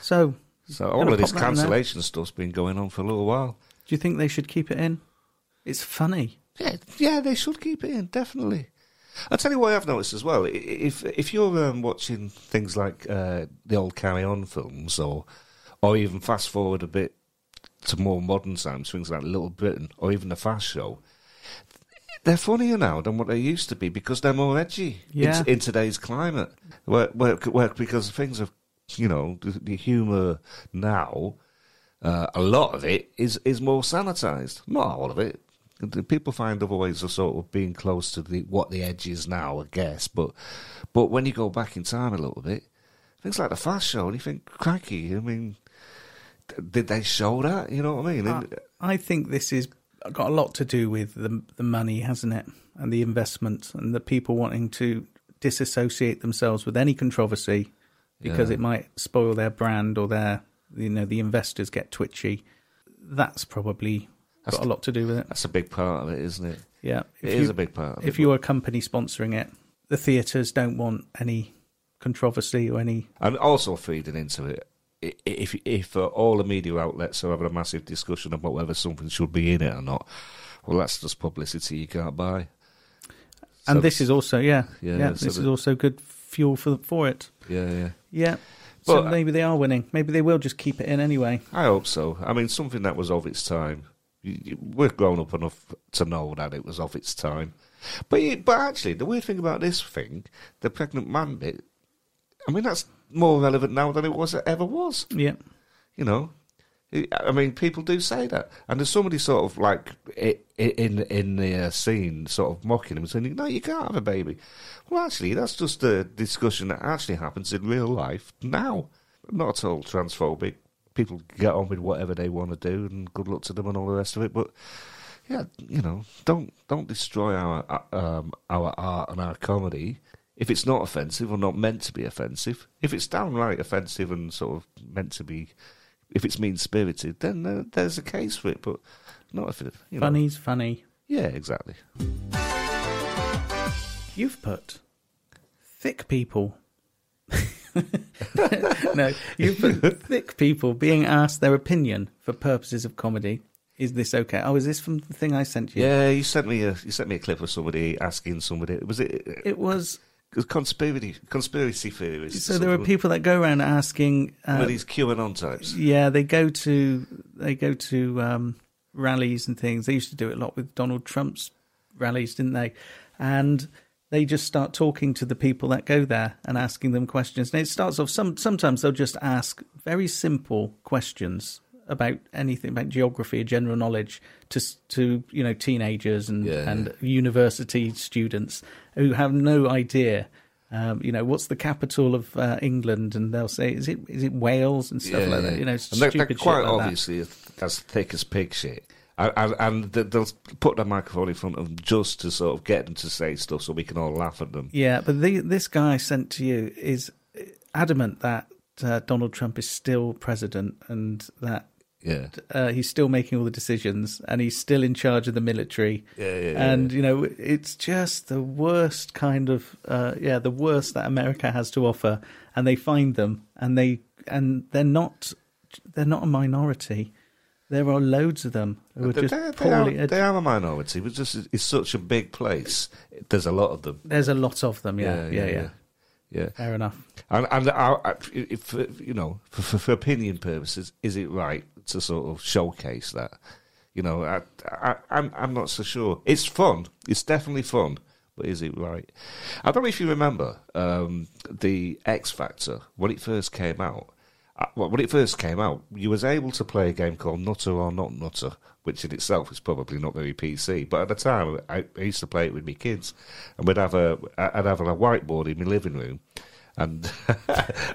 C: So,
D: So
C: Gonna
D: all of
C: pop
D: this
C: that in there.
D: cancellation stuff's been going on for a little while.
C: do you think they should keep it in? It's funny.
D: Yeah, yeah, they should keep it in definitely. I'll tell you what I've noticed as well. i- If if you're um, watching things like uh, the old Carry On films, or or even fast forward a bit to more modern times, things like Little Britain, or even the Fast Show, they're funnier now than what they used to be because they're more edgy
C: Yeah.
D: in, in today's climate. Where, where, where, because things have, you know, the, the humour now, uh, a lot of it is, is more sanitised. Not all of it. The People find other ways of sort of being close to the, what the edge is now, I guess. But but when you go back in time a little bit, things like the Fast Show, and you think, crikey, I mean, d- did they show that? You know what I mean?
C: I, I think this is got a lot to do with the the money, hasn't it, and the investment, and the people wanting to disassociate themselves with any controversy because it might spoil their brand or their you know the investors get twitchy. That's probably got a lot to do with it.
D: That's a big part of it, isn't it?
C: Yeah,
D: It is a big part of
C: If
D: it,
C: you're a company sponsoring it, the theatres don't want any controversy or any.
D: And also feeding into it, i- if if uh, all the media outlets are having a massive discussion about whether something should be in it or not, well, that's just publicity you can't buy.
C: And
D: So-
C: this is also yeah
D: Yeah,
C: yeah,
D: so
C: this
D: the-
C: is also good fuel for for it.
D: Yeah, yeah.
C: Yeah. so
D: But-
C: maybe they are winning. Maybe they will just keep it in anyway.
D: I hope so. I mean, something that was of its time. You- you- We're grown up enough to know that it was of its time. But you- but actually, the weird thing about this thing, the pregnant man bit, I mean, that's more relevant now than it was ever was.
C: Yeah.
D: you know. I mean, people do say that, and there's somebody sort of like i- i- in in the uh, scene, sort of mocking him, saying, "No, you can't have a baby." Well, actually, that's just a discussion that actually happens in real life now. I'm not at all transphobic. People get on with whatever they want to do, and good luck to them, and all the rest of it. But yeah, you know, don't don't destroy our uh, um, our art and our comedy if it's not offensive or not meant to be offensive. If it's downright offensive and sort of meant to be, if it's mean spirited, then uh, there's a case for it. But not if it, you know.
C: Funny's funny.
D: Yeah, exactly.
C: You've put thick people. no, you've put thick people being asked their opinion for purposes of comedy. Is this okay? Oh, is this from the thing I sent you?
D: Yeah, you sent me a you sent me a clip of somebody asking somebody was it, it
C: It was.
D: was conspiracy conspiracy theories. or
C: So there are
D: something,
C: people that go around asking.
D: one
C: Uh,
D: of these QAnon types.
C: yeah, they go to they go to um, rallies and things. They used to do it a lot with Donald Trump's rallies, didn't they? And they just start talking to the people that go there and asking them questions. And it starts off some sometimes they'll just ask very simple questions about anything about geography or general knowledge to s- to you know teenagers and
D: Yeah.
C: and university students who have no idea. Um, you know what's the capital of uh, England, and they'll say, "Is it is it Wales?" and stuff like that. You know,
D: Uh, And they're,
C: stupid
D: they're
C: shit
D: quite
C: like
D: obviously as thick as pig shit. And, and, and th- they'll put the microphone in front of them just to sort of get them to say stuff so we can all laugh at them.
C: That. Yeah, but the, this guy sent to you is adamant that uh, Donald Trump is still president and that
D: Yeah.
C: uh, he's still making all the decisions and he's still in charge of the military.
D: Yeah, yeah, yeah.
C: And, you know, it's just the worst kind of, uh, yeah, the worst that America has to offer. And they find them and they, and they're not, they're not a minority. There are loads of them who are
D: They,
C: just
D: they- they
C: poorly.
D: are,
C: ed-
D: they are a minority, but just it's such a big place. There's a lot of them.
C: There's a lot of them. Yeah, yeah, yeah.
D: yeah. Yeah.
C: Fair enough.
D: And and I, I, if you know, for, for, for opinion purposes, is it right to sort of showcase that? You know, I, I, I'm I'm not so sure. It's fun. It's definitely fun, but is it right? I don't know if you remember um, the X Factor when it first came out. Uh, well, when it first came out, you was able to play a game called Nutter or Not Nutter, which in itself is probably not very PC. But at the time, I, I used to play it with my kids, and we'd have a I'd have a whiteboard in my living room, and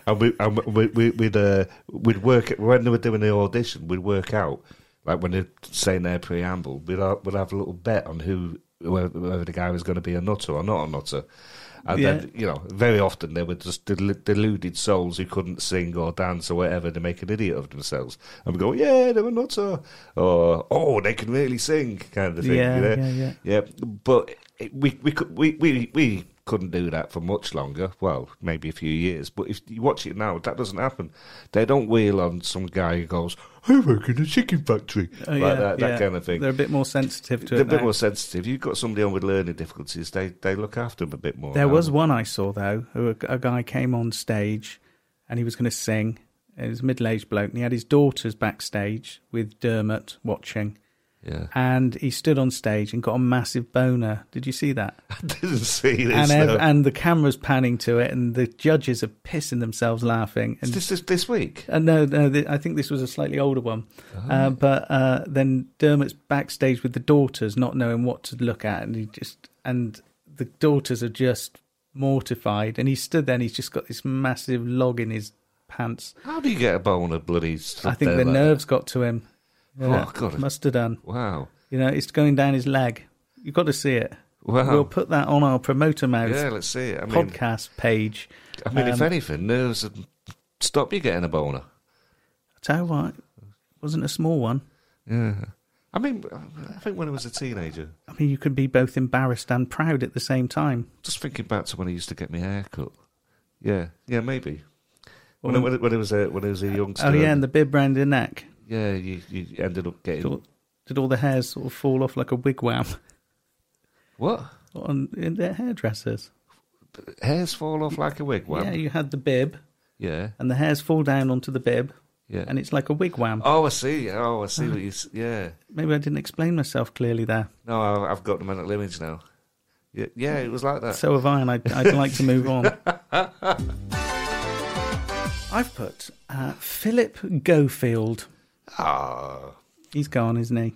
D: and we and we, we we'd uh, we'd work when they were doing the audition, we'd work out like when they're saying their preamble, we'd have, we'd have a little bet on who whether, whether the guy was going to be a nutter or not a nutter. And then, you know, very often they were just del- deluded souls who couldn't sing or dance or whatever to make an idiot of themselves. And we go, yeah, they were nutter. Or, oh, they can really sing, kind of thing.
C: Yeah,
D: you know?
C: yeah, yeah.
D: Yeah, but it, we we could we, we we couldn't do that for much longer. Well, maybe a few years. But if you watch it now, that doesn't happen. They don't wheel on some guy who goes, "I work in a chicken factory,"
C: Oh,
D: like
C: yeah,
D: that, that
C: yeah.
D: kind of thing.
C: They're a bit more sensitive to
D: They're a
C: it.
D: bit
C: now.
D: more sensitive. You've got somebody on with learning difficulties. They they look after them a bit more.
C: There
D: now.
C: was one I saw though, who a, a guy came on stage, and he was going to sing. It was a middle-aged bloke, and he had his daughters backstage with Dermot watching,
D: Yeah,
C: and he stood on stage and got a massive boner. Did you see that?
D: I didn't see this.
C: And ev-
D: no.
C: and the camera's panning to it, and the judges are pissing themselves laughing. And
D: this, this this week.
C: uh, no, no, th- I think this was a slightly older one.
D: Ah.
C: Uh, but uh, then Dermot's backstage with the daughters, not knowing what to look at, and he just and the daughters are just mortified. And he stood there, and he's just got this massive log in his pants.
D: How do you get a bone of bloody?
C: I think the
D: like
C: nerves got to him.
D: Oh, God.
C: must have done.
D: that? Wow.
C: You know, it's going down his leg. You've got to see it.
D: Wow.
C: We'll put that on our promoter mouth
D: Yeah, let's see it. I mean,
C: podcast page.
D: I mean, if
C: Um,
D: anything, nerves would stop you getting a boner.
C: I tell you what, it wasn't a small one.
D: Yeah. I mean, I think when I was a teenager,
C: I mean, you can be both embarrassed and proud at the same time.
D: just thinking back to when I used to get my hair cut. Yeah, yeah, maybe. When,
C: Well,
D: I, when, I, when I was a when I was a youngster.
C: Oh yeah, and the bib round your neck.
D: yeah, you, you ended up
C: Did
D: getting
C: all, did all the hairs sort of fall off like a wigwam
D: what
C: on in their hairdressers?
D: hairs fall off like a wigwam.
C: Yeah,
D: Yeah,
C: you Uh, had the bib,
D: yeah.
C: and the hairs fall down onto the bib, and it's like a wigwam.
D: oh, I see. Oh, I
C: uh-huh.
D: see what you. s- Yeah.
C: Maybe I didn't explain myself clearly there.
D: No, I, I've got the mental image now. Yeah, yeah, it was like that.
C: So have I, and I'd, I'd like to move on. I've put uh, Philip Gofield.
D: Ah.
C: He's gone, isn't he?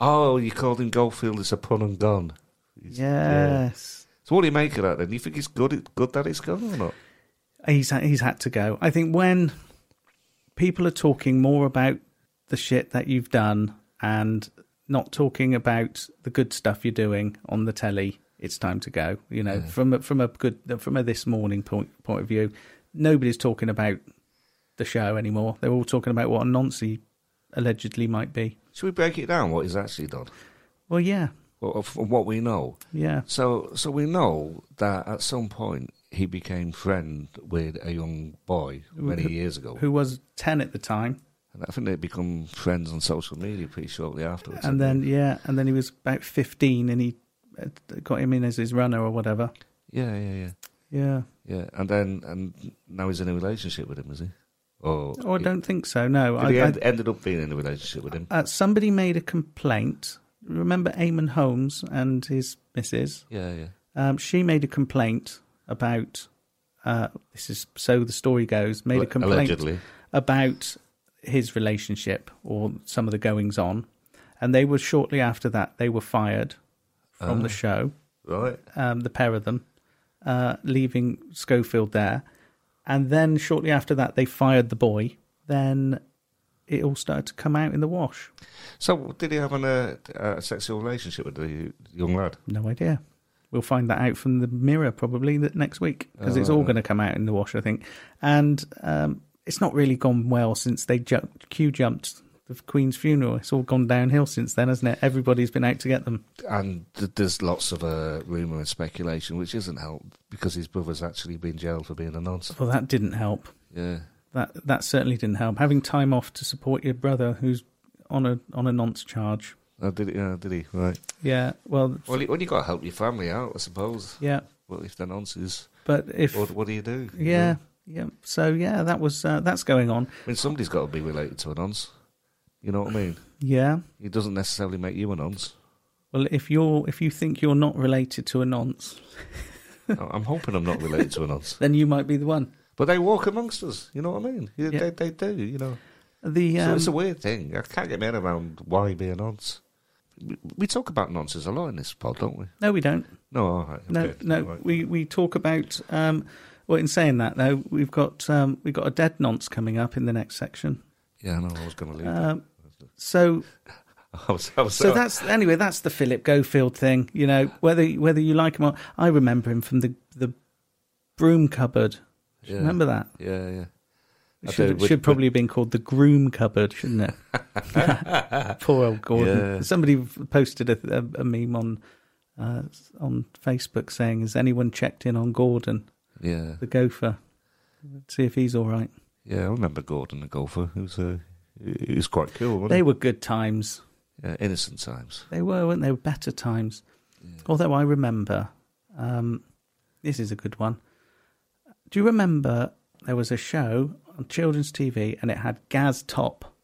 D: Oh, you called him Goldfield. It's a pun and gun.
C: Yes.
D: So what do you make of that then? Do you think it's good? It, good that it's gone or not?
C: he's he's had to go. I think when people are talking more about the shit that you've done and not talking about the good stuff you're doing on the telly, it's time to go. You know, from a, from a good from a this morning point point of view, nobody's talking about the show anymore. They're all talking about what a nonce he allegedly might be.
D: Should we break it down? What he's actually done?
C: Well, yeah,
D: Well, from what we know.
C: yeah.
D: So, so we know that at some point he became friend with a young boy many years ago,
C: Who was ten at the time,
D: and I think they become friends on social media pretty shortly afterwards.
C: and then yeah, and then he was about fifteen, and he uh, got him in as his runner or whatever.
D: yeah, yeah, yeah,
C: Yeah.
D: yeah, and then and now he's in a relationship with him, is he? Or
C: Oh, I don't think so. No,
D: Did he
C: I,
D: end, ended up being in a relationship with him?
C: I, uh, somebody made a complaint. Remember Eamon Holmes and his missus?
D: yeah, yeah.
C: Um, she made a complaint about. Uh, this is so the story goes. Made a
D: Alle-
C: complaint
D: allegedly.
C: about his relationship or some of the goings on, and they were shortly after that they were fired from
D: Ah.
C: the show
D: Right.
C: um, the pair of them, uh, leaving Schofield there. And then shortly after that, they fired the boy. Then it all started to come out in the wash.
D: So, did he have an, uh, a sexual relationship with the young lad?
C: No idea. We'll find that out from the mirror probably that next week because it's all going to come out in the wash, I think. And um, it's not really gone well since they ju- Q jumped the Queen's funeral. It's all gone downhill since then, hasn't it? Everybody's been out to get them.
D: And th- there's lots of uh, rumour and speculation, which isn't helped because his brother's actually been jailed for being a nonce.
C: Well, that didn't help.
D: Yeah.
C: That that certainly didn't help. Having time off to support your brother who's on a on a nonce charge.
D: Oh, did he? Yeah, did he? Right.
C: Yeah, well,
D: Well, you, well, you got to help your family out, I suppose.
C: yeah,
D: Well, if they're nonces,
C: but if
D: what, what do you do?
C: yeah, yeah. So yeah, that was uh, that's going on.
D: I mean, somebody's got to be related to a nonce. You know what I mean?
C: Yeah.
D: It doesn't necessarily make you a nonce.
C: Well, if you're if you think you're not related to a nonce,
D: I- I'm hoping I'm not related to a nonce.
C: then you might be the one.
D: But they walk amongst us, you know what I mean? Yeah,
C: Yeah.
D: They, they do, you know.
C: The
D: so
C: um,
D: it's a weird thing. I can't get my head around why be a nonce. We, we talk about nonces a lot in this pod, don't we?
C: no, we don't.
D: No, all right.
C: No,
D: okay,
C: no.
D: all right.
C: We we talk about. Um, well, in saying that though, we've got um, we've got a dead nonce coming up in the next section.
D: Yeah, no, I was going to leave. that.
C: Um, so
D: I was, I was, uh,
C: so that's anyway. That's the Philip Gofield thing. You know whether whether you like him or I remember him from the the broom cupboard. Do you
D: Yeah.
C: Remember that?
D: Yeah, yeah. I
C: Should,
D: do, with-
C: should probably have been called the groom cupboard, shouldn't it? Poor old Gordon.
D: Yeah.
C: Somebody posted a, a, a meme on uh, on Facebook saying, "Has anyone checked in on Gordon,
D: Yeah,
C: the gopher? See if he's all right."
D: yeah. I remember Gordon the golfer. He was, uh, he he was quite cool, wasn't
C: They were good times.
D: he? Yeah, innocent times.
C: They were, weren't they? Were better times. Although I remember, um, this is a good one. Do you remember there was a show on children's TV and it had Gaz Top?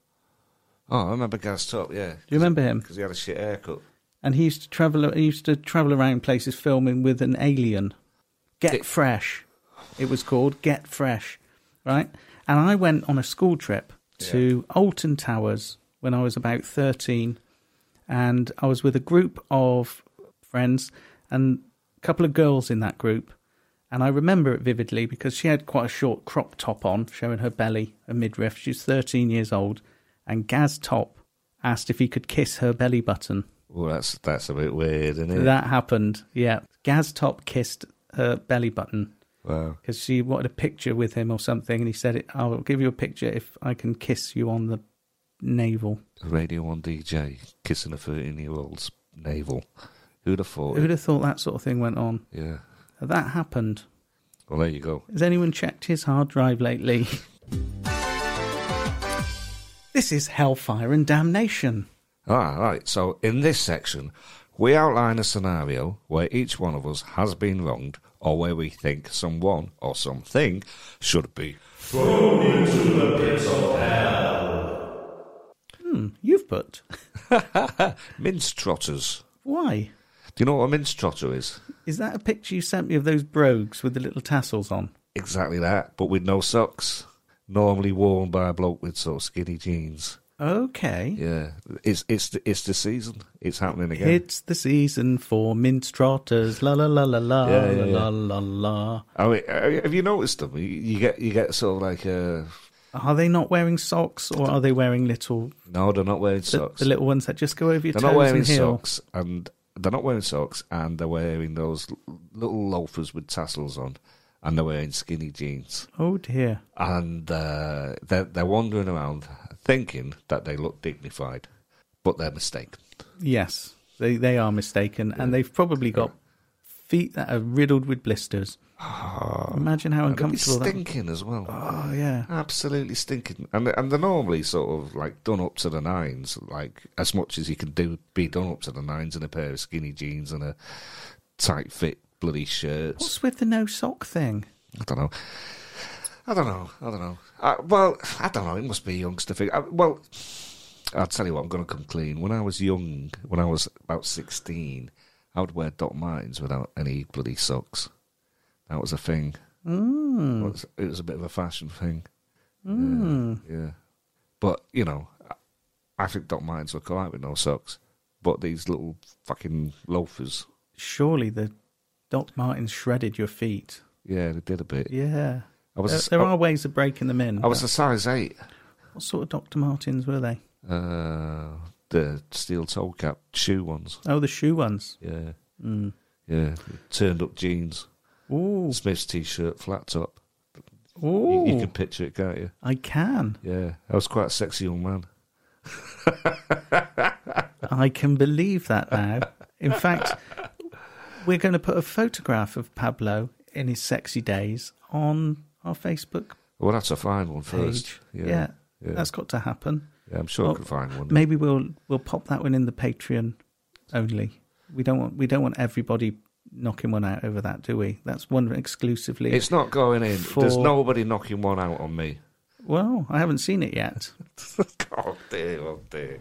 D: Oh, I remember Gaz Top, yeah.
C: Do you remember him?
D: Because he had a shit haircut.
C: and he used to travel. He used to travel around places filming with an alien. Get
D: It-
C: fresh, it was called. Get fresh, right? And I went on a school trip to Alton Towers when I was about thirteen, and I was with a group of friends and a couple of girls in that group. And I remember it vividly because she had quite a short crop top on, showing her belly and midriff. She was 13 years old. And Gaz Top asked if he could kiss her belly button.
D: Well, that's that's a bit weird, isn't it?
C: That happened. Yeah. Gaz Top kissed her belly button
D: wow.
C: because she wanted a picture with him or something. And he said, "It- I'll give you a picture if I can kiss you on the navel.
D: A Radio 1 DJ kissing a 13 year old's navel. Who'd have thought?
C: Who'd have thought that sort of thing went on?
D: Yeah.
C: That happened.
D: Well, there you go.
C: Has anyone checked his hard drive lately? this is Hellfire and Damnation.
D: Ah, right. So, in this section, we outline a scenario where each one of us has been wronged or where we think someone or something should be.
C: You've put.
D: Mince trotters.
C: Why?
D: Do you know what a mince trotter is?
C: Is that a picture you sent me of those brogues with the little tassels on?
D: Exactly that, but with no socks. Normally worn by a bloke with sort of skinny jeans.
C: Okay.
D: Yeah, it's it's the, it's the season. It's happening again.
C: It's the season for mince trotters. La la la la la
D: Yeah, yeah,
C: la
D: yeah.
C: la la.
D: I mean, uh, have you noticed them? You, you get you get sort of like uh,
C: Are they not wearing socks, or are they wearing little
D: no, they're not wearing
C: the,
D: socks.
C: the little ones that just go over your
D: they're
C: toes
D: not wearing
C: and heel?
D: socks, and they're not wearing socks, and they're wearing those l- little loafers with tassels on, and they're wearing skinny jeans,
C: Oh dear.
D: and uh, they're they're wandering around thinking that they look dignified, but they're mistaken.
C: Yes, they they are mistaken, and they've probably got feet that are riddled with blisters. Imagine how
D: And they'll Ah, be
C: uncomfortable that.
D: stinking as well.
C: Oh yeah.
D: Absolutely stinking, and and they're normally sort of like done up to the nines, like as much as you can do be done up to the nines in a pair of skinny jeans and a tight fit bloody shirts.
C: What's with the no sock thing?
D: I don't know. I don't know. I don't know. Uh, well, I don't know. It must be a youngster thing. Uh, well, I'll tell you what. I'm going to come clean. When I was young, when I was about sixteen, I would wear Doc Martens without any bloody socks. That was a thing. Mm. It, was, it was a bit of a fashion thing. Yeah, yeah. But you know, I- I think Doc Martens look alright with no socks. But these little fucking loafers,
C: Surely the Doc Martens shredded your feet.
D: yeah, they did a bit.
C: Yeah.
D: I was.
C: There,
D: a s-
C: there
D: I-
C: are ways of breaking them in.
D: I was a size eight.
C: What sort of Dr. Martens were they?
D: Uh, the steel toe cap shoe ones.
C: Oh, the shoe ones.
D: Yeah. Yeah. Turned up jeans.
C: Mm. Ooh,
D: Smith's t shirt, flat top.
C: ooh!
D: You, you can picture it, can't you?
C: I can.
D: Yeah. I was quite a sexy young man.
C: I can believe that now. In fact, we're going to put a photograph of Pablo in his sexy days on our Facebook
D: We'll have to find one first.
C: page. yeah, that's got to happen.
D: Yeah, I'm sure I
C: Well,
D: can find one.
C: Maybe we'll we'll pop that one in the Patreon only. We don't want we don't want everybody knocking one out over that, do we? That's one exclusively.
D: It's not going in. There's
C: For-
D: nobody knocking one out on me.
C: well, I haven't seen it yet.
D: oh dear, oh dear.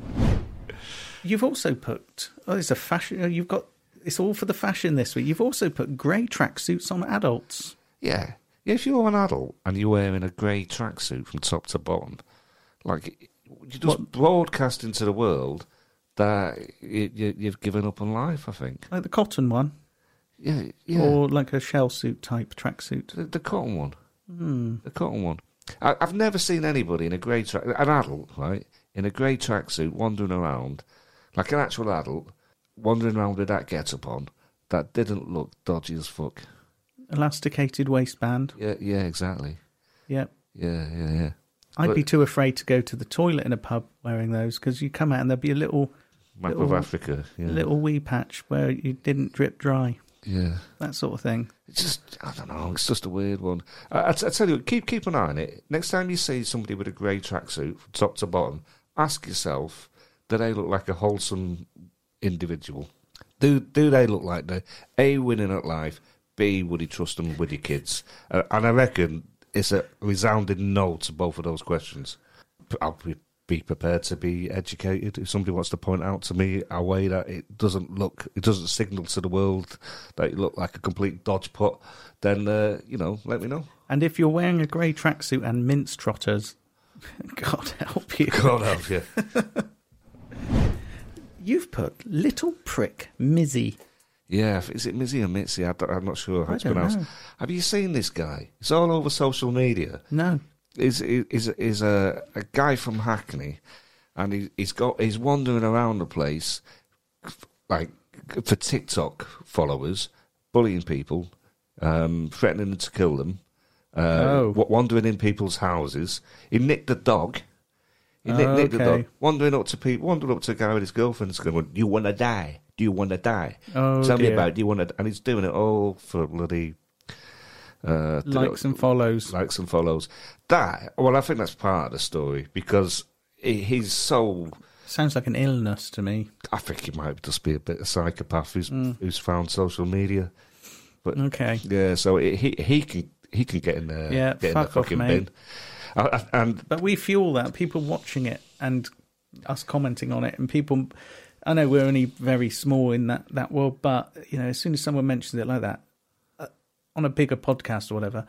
C: You've also put oh, it's a fashion. oh, You've got it's all for the fashion this week. You've also put grey tracksuits on adults.
D: Yeah. If you're an adult and you're wearing a grey tracksuit from top to bottom, like you're just broadcasting to the world that you, you, you've given up on life. I think.
C: Like the cotton one,
D: Yeah, yeah.
C: or like a shell suit type tracksuit.
D: the, the cotton one. Mm. The cotton one. I, I've never seen anybody in a grey track, an adult, right, in a grey tracksuit wandering around, like an actual adult, wandering around with that get up on that didn't look dodgy as fuck.
C: Elasticated waistband.
D: Yeah, yeah, exactly.
C: Yeah.
D: Yeah, yeah, yeah.
C: I'd
D: But-
C: be too afraid to go to the toilet in a pub wearing those because you come out and there'd be a little
D: Map of
C: Little-
D: Africa. Yeah.
C: little wee patch where you didn't drip dry,
D: Yeah.
C: that sort of thing.
D: It's just, I don't know, it's just a weird one. I, I, t- I tell you, what, keep keep an eye on it. Next time you see somebody with a grey tracksuit from top to bottom, ask yourself, do they look like a wholesome individual? Do do they look like they're A, winning at life, B, would you trust them with your kids? Uh, and I reckon it's a resounding no to both of those questions. P- I'll be, be prepared to be educated if somebody wants to point out to me a way that it doesn't look, it doesn't signal to the world that you look like a complete dodge put, then, uh, you know, let me know.
C: And if you're wearing a grey tracksuit and mince trotters, God help you.
D: God help you.
C: You've put little prick Mizzy.
D: Yeah, is it Mizzy or Mitzi? I don't, I'm not sure how
C: I
D: it's
C: don't
D: pronounced.
C: know.
D: Have you seen this guy? It's all over social media.
C: No.
D: is is is a a guy from Hackney, and he, he's got he's wandering around the place, f- like for TikTok followers, bullying people, um, threatening them to kill them, uh,
C: Oh.
D: wa- wandering in people's houses. He nicked a dog. He nicked,
C: Oh,
D: nicked the
C: okay.
D: dog, wandering up to people, wandering up to a guy with his girlfriend, and going, "Do you want to die? Do you want to die?
C: Oh,
D: Tell me
C: dear.
D: about. It. Do you want to?" And he's doing it all for bloody. Uh,
C: Likes and follows.
D: likes and follows. That well, I think that's part of the story because he, he's so.
C: Sounds like an illness to me.
D: I think he might just be a bit of psychopath who's who's found social media.
C: Hmm. Okay.
D: Yeah, so it, he he can he can get in there.
C: Yeah,
D: get in the
C: fuck off,
D: fucking
C: mate.
D: bin. I, I, and
C: But we fuel that. People watching it and us commenting on it, and people. I know we're only very small in that, that world, but you know, as soon as someone mentions it like that, uh, on a bigger podcast or whatever,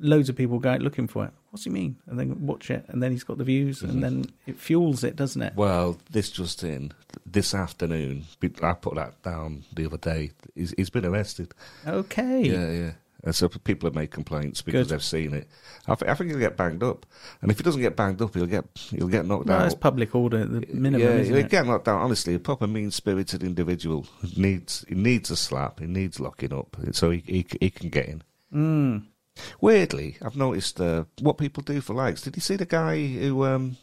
C: loads of people go out looking for it. What's he mean? And then watch it, and then he's got the views, and then it fuels it, doesn't it?
D: well, this just in this afternoon, be- I put that down the other day. He's, he's been arrested.
C: Okay.
D: Yeah, yeah. And so people have made complaints because
C: Good.
D: they've seen it. I, th- I think he'll get banged up, and if he doesn't get banged up, he'll get he'll get knocked
C: Well,
D: out.
C: that's public order, at the minimum,
D: yeah,
C: isn't it?
D: again, like that. Honestly, a proper mean-spirited individual needs he needs a slap. He needs locking up so he he, he can get in.
C: Hmm.
D: Mm. Weirdly, I've noticed uh, what people do for likes. Did you see the guy who um,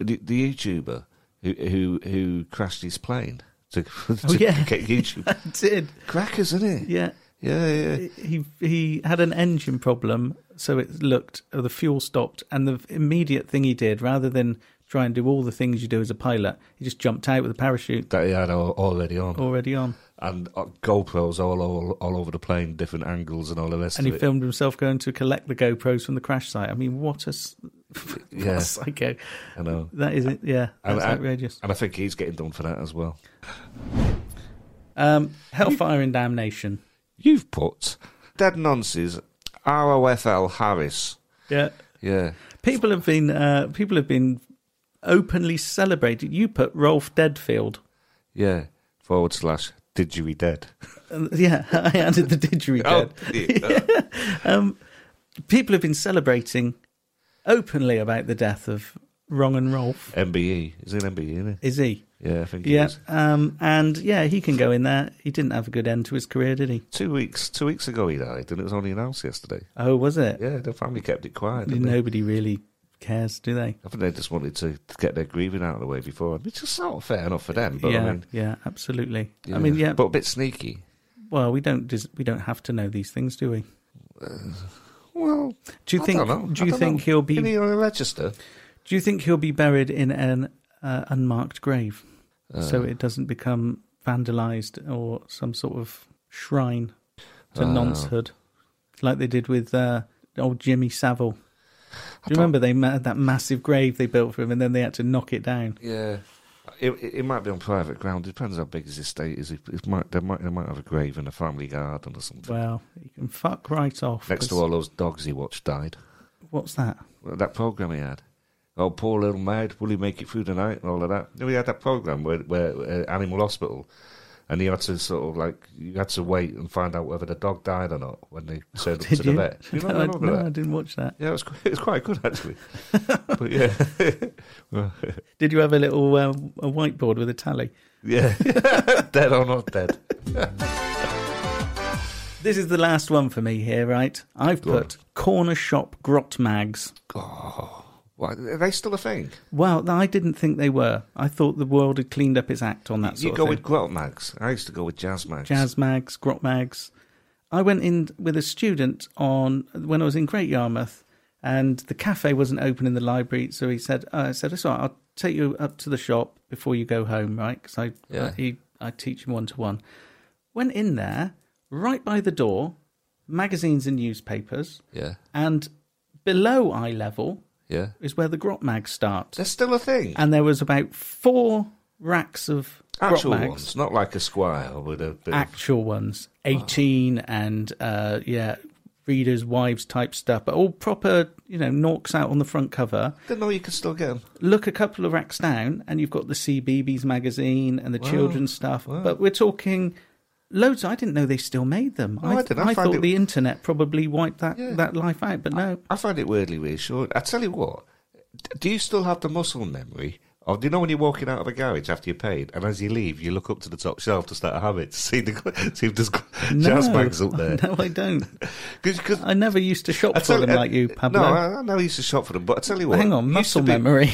D: the, the YouTuber who who who crashed his plane to, to
C: Oh, yeah.
D: get YouTube
C: did.
D: crackers, isn't it?
C: Yeah.
D: yeah, yeah.
C: He he had an engine problem, so it looked oh, the fuel stopped, and the immediate thing he did, rather than try and do all the things you do as a pilot, he just jumped out with a parachute
D: That he had al- already on,
C: already on,
D: and uh, GoPros all, all all over the plane, different angles, and all the rest
C: and
D: of
C: he
D: it.
C: filmed himself going to collect the GoPros from the crash site. I mean, what a, s- what a
D: Yeah.
C: psycho!
D: I know.
C: That is it. Yeah,
D: And
C: that's
D: I-
C: outrageous.
D: And I think he's getting done for that as well.
C: Um, Hellfire and Damnation.
D: You've put Dead Nonces ROFL Harris.
C: Yeah.
D: Yeah.
C: People have been uh, people have been openly celebrated. You put Rolf Deadfield.
D: Yeah. Forward slash did you be dead?
C: Uh, yeah, I added the
D: Oh,
C: didgeridoo.
D: dear.
C: People have been celebrating openly about the death of Wrong and Rolf.
D: MBE. Is it MBE, E, isn't
C: Is he?
D: it? Yeah, I think it
C: Yeah.
D: is.
C: Um, and yeah, he can go in there. He didn't have a good end to his career, did he?
D: Two weeks two weeks ago he died and it was only announced yesterday.
C: Oh, was it?
D: Yeah, the family kept it quiet. didn't they?
C: Nobody really cares, do they?
D: I think they just wanted to get their grieving out of the way before, which is sort of fair enough for them. But
C: yeah,
D: I mean,
C: yeah, absolutely. I mean, yeah.
D: but a bit sneaky.
C: well, we don't dis- we don't have to know these things, do we?
D: Well,
C: Do you
D: I
C: think?
D: don't know.
C: Do
D: I
C: you
D: don't
C: think
D: know.
C: he'll be?
D: Isn't he on a register?
C: Do you think he'll be buried in an uh, unmarked grave,
D: Uh.
C: so it doesn't become vandalised or some sort of shrine
D: Uh.
C: to noncehood, like they did with uh, old Jimmy Savile? Do you remember they ma- that massive grave they built for him, and then they had to knock it down?
D: Yeah. It, it, it might be on private ground. It depends how big his estate is. It, it might, they might they might have a grave in a family garden or something.
C: Well, you can fuck right off.
D: Next to
C: 'cause-
D: all those dogs he watched died.
C: what's that?
D: Well, That program he had. Oh, poor little maid. Will he make it through the night and all of that? No, he had that program where, where uh, Animal Hospital, and he had to sort of like you had to wait and find out whether the dog died or not when they turned up to
C: Did
D: the
C: you?
D: vet. Oh, You don't
C: no, I-
D: remember
C: no,
D: that?
C: I didn't watch that.
D: Yeah, it was, qu- it was quite good actually. but yeah, Well,
C: Did you have a little uh, a whiteboard with a tally?
D: yeah, dead or not dead.
C: This is the last one for me here, right? I've
D: Go on.
C: put corner shop grot mags.
D: Why, are they still a thing?
C: Well, I didn't think they were. I thought the world had cleaned up its act on that
D: You
C: sort
D: go
C: of thing.
D: with grot mags. I used to go with jazz mags.
C: Jazz mags, grot mags. I went in with a student on when I was in Great Yarmouth, and the cafe wasn't open in the library. So he said, uh, "I said, it's all right, I'll take you up to the shop before you go home, right? Because I,
D: Yeah.
C: he, I teach him one to one." Went in there, right by the door, magazines and newspapers,
D: Yeah,
C: and below eye level
D: yeah.
C: is where the grot mags start.
D: They're still a thing.
C: and there was about four racks of grot
D: Actual
C: mags,
D: ones, not like a squire with a bit of
C: actual ones, eighteen and uh, yeah, readers' wives type stuff, but all proper, you know, norks out on the front cover.
D: Didn't know you could still get them.
C: Look a couple of racks down, and you've got the CBeebies magazine and the children's stuff, but we're talking. Loads. I didn't know they still made them.
D: No, I didn't. I found
C: thought
D: it-
C: the internet probably wiped that,
D: Yeah.
C: that life out, but no.
D: I find it weirdly reassuring. I tell you what, d- do you still have the muscle memory? Or do you know when you're walking out of a garage after you're paid, and as you leave, you look up to the top shelf to start a habit to see, the, see if there's jazz
C: no.
D: bags up there?
C: No, I don't.
D: Because
C: I never used to shop for them like you, Pablo.
D: No, I, I know you used to shop for them, but I tell you what,
C: Hang on,
D: it used
C: muscle
D: to be-
C: memory.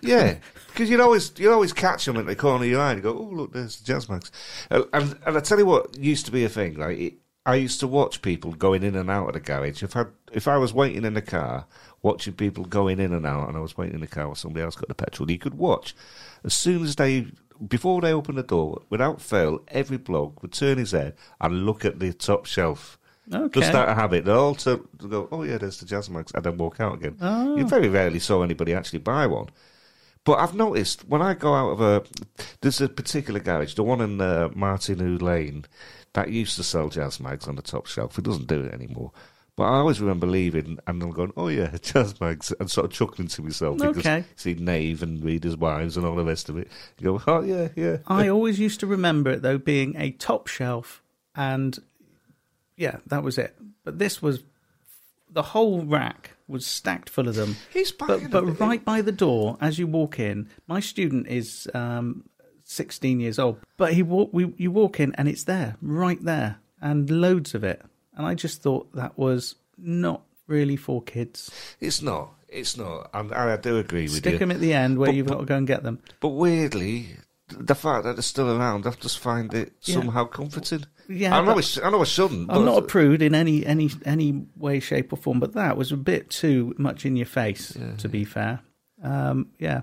D: Yeah, because you'd always you'd always catch them at the corner of your eye and go, "Oh, look, there's the jazz mags." Uh, and and I tell you what used to be a thing. Like it, I used to watch people going in and out of the garage. If I if I was waiting in the car, watching people going in and out, and I was waiting in the car while somebody else got the petrol, you could watch as soon as they. Before they opened the door, without fail, every bloke would turn his head and look at the top shelf.
C: Okay.
D: Just out of habit. They'll all turn, they'll go, oh, yeah, there's the jazz mags, and then walk out again. You very rarely saw anybody actually buy one. But I've noticed when I go out of a, there's a particular garage, the one in uh, Martin Hood Lane, that used to sell jazz mags on the top shelf. It doesn't do it anymore. But I always remember leaving and then going, oh yeah, jazz mags, and sort of chuckling to myself because
C: Okay.
D: you see Knave and Reader's Wives and all the rest of it. You go, oh yeah, yeah.
C: I always used to remember it though being a top shelf, and yeah, that was it. But this was the whole rack was stacked full of them.
D: He's buying
C: but but
D: them.
C: right by the door as you walk in, my student is um, sixteen years old, but he walk we you walk in and it's there, right there, and loads of it. And I just thought that was not really for kids.
D: It's not. It's not. And I, I do agree with
C: Stick
D: you.
C: them at the end where
D: But-
C: you've got to go and get them.
D: But weirdly, the fact that they're still around, I just find it
C: Yeah.
D: somehow comforting.
C: Yeah,
D: I know,
C: but-
D: I sh- I know I shouldn't.
C: I'm
D: but-
C: not a prude in any any any way, shape, or form, but that was a bit too much in your face. To be fair, um, yeah.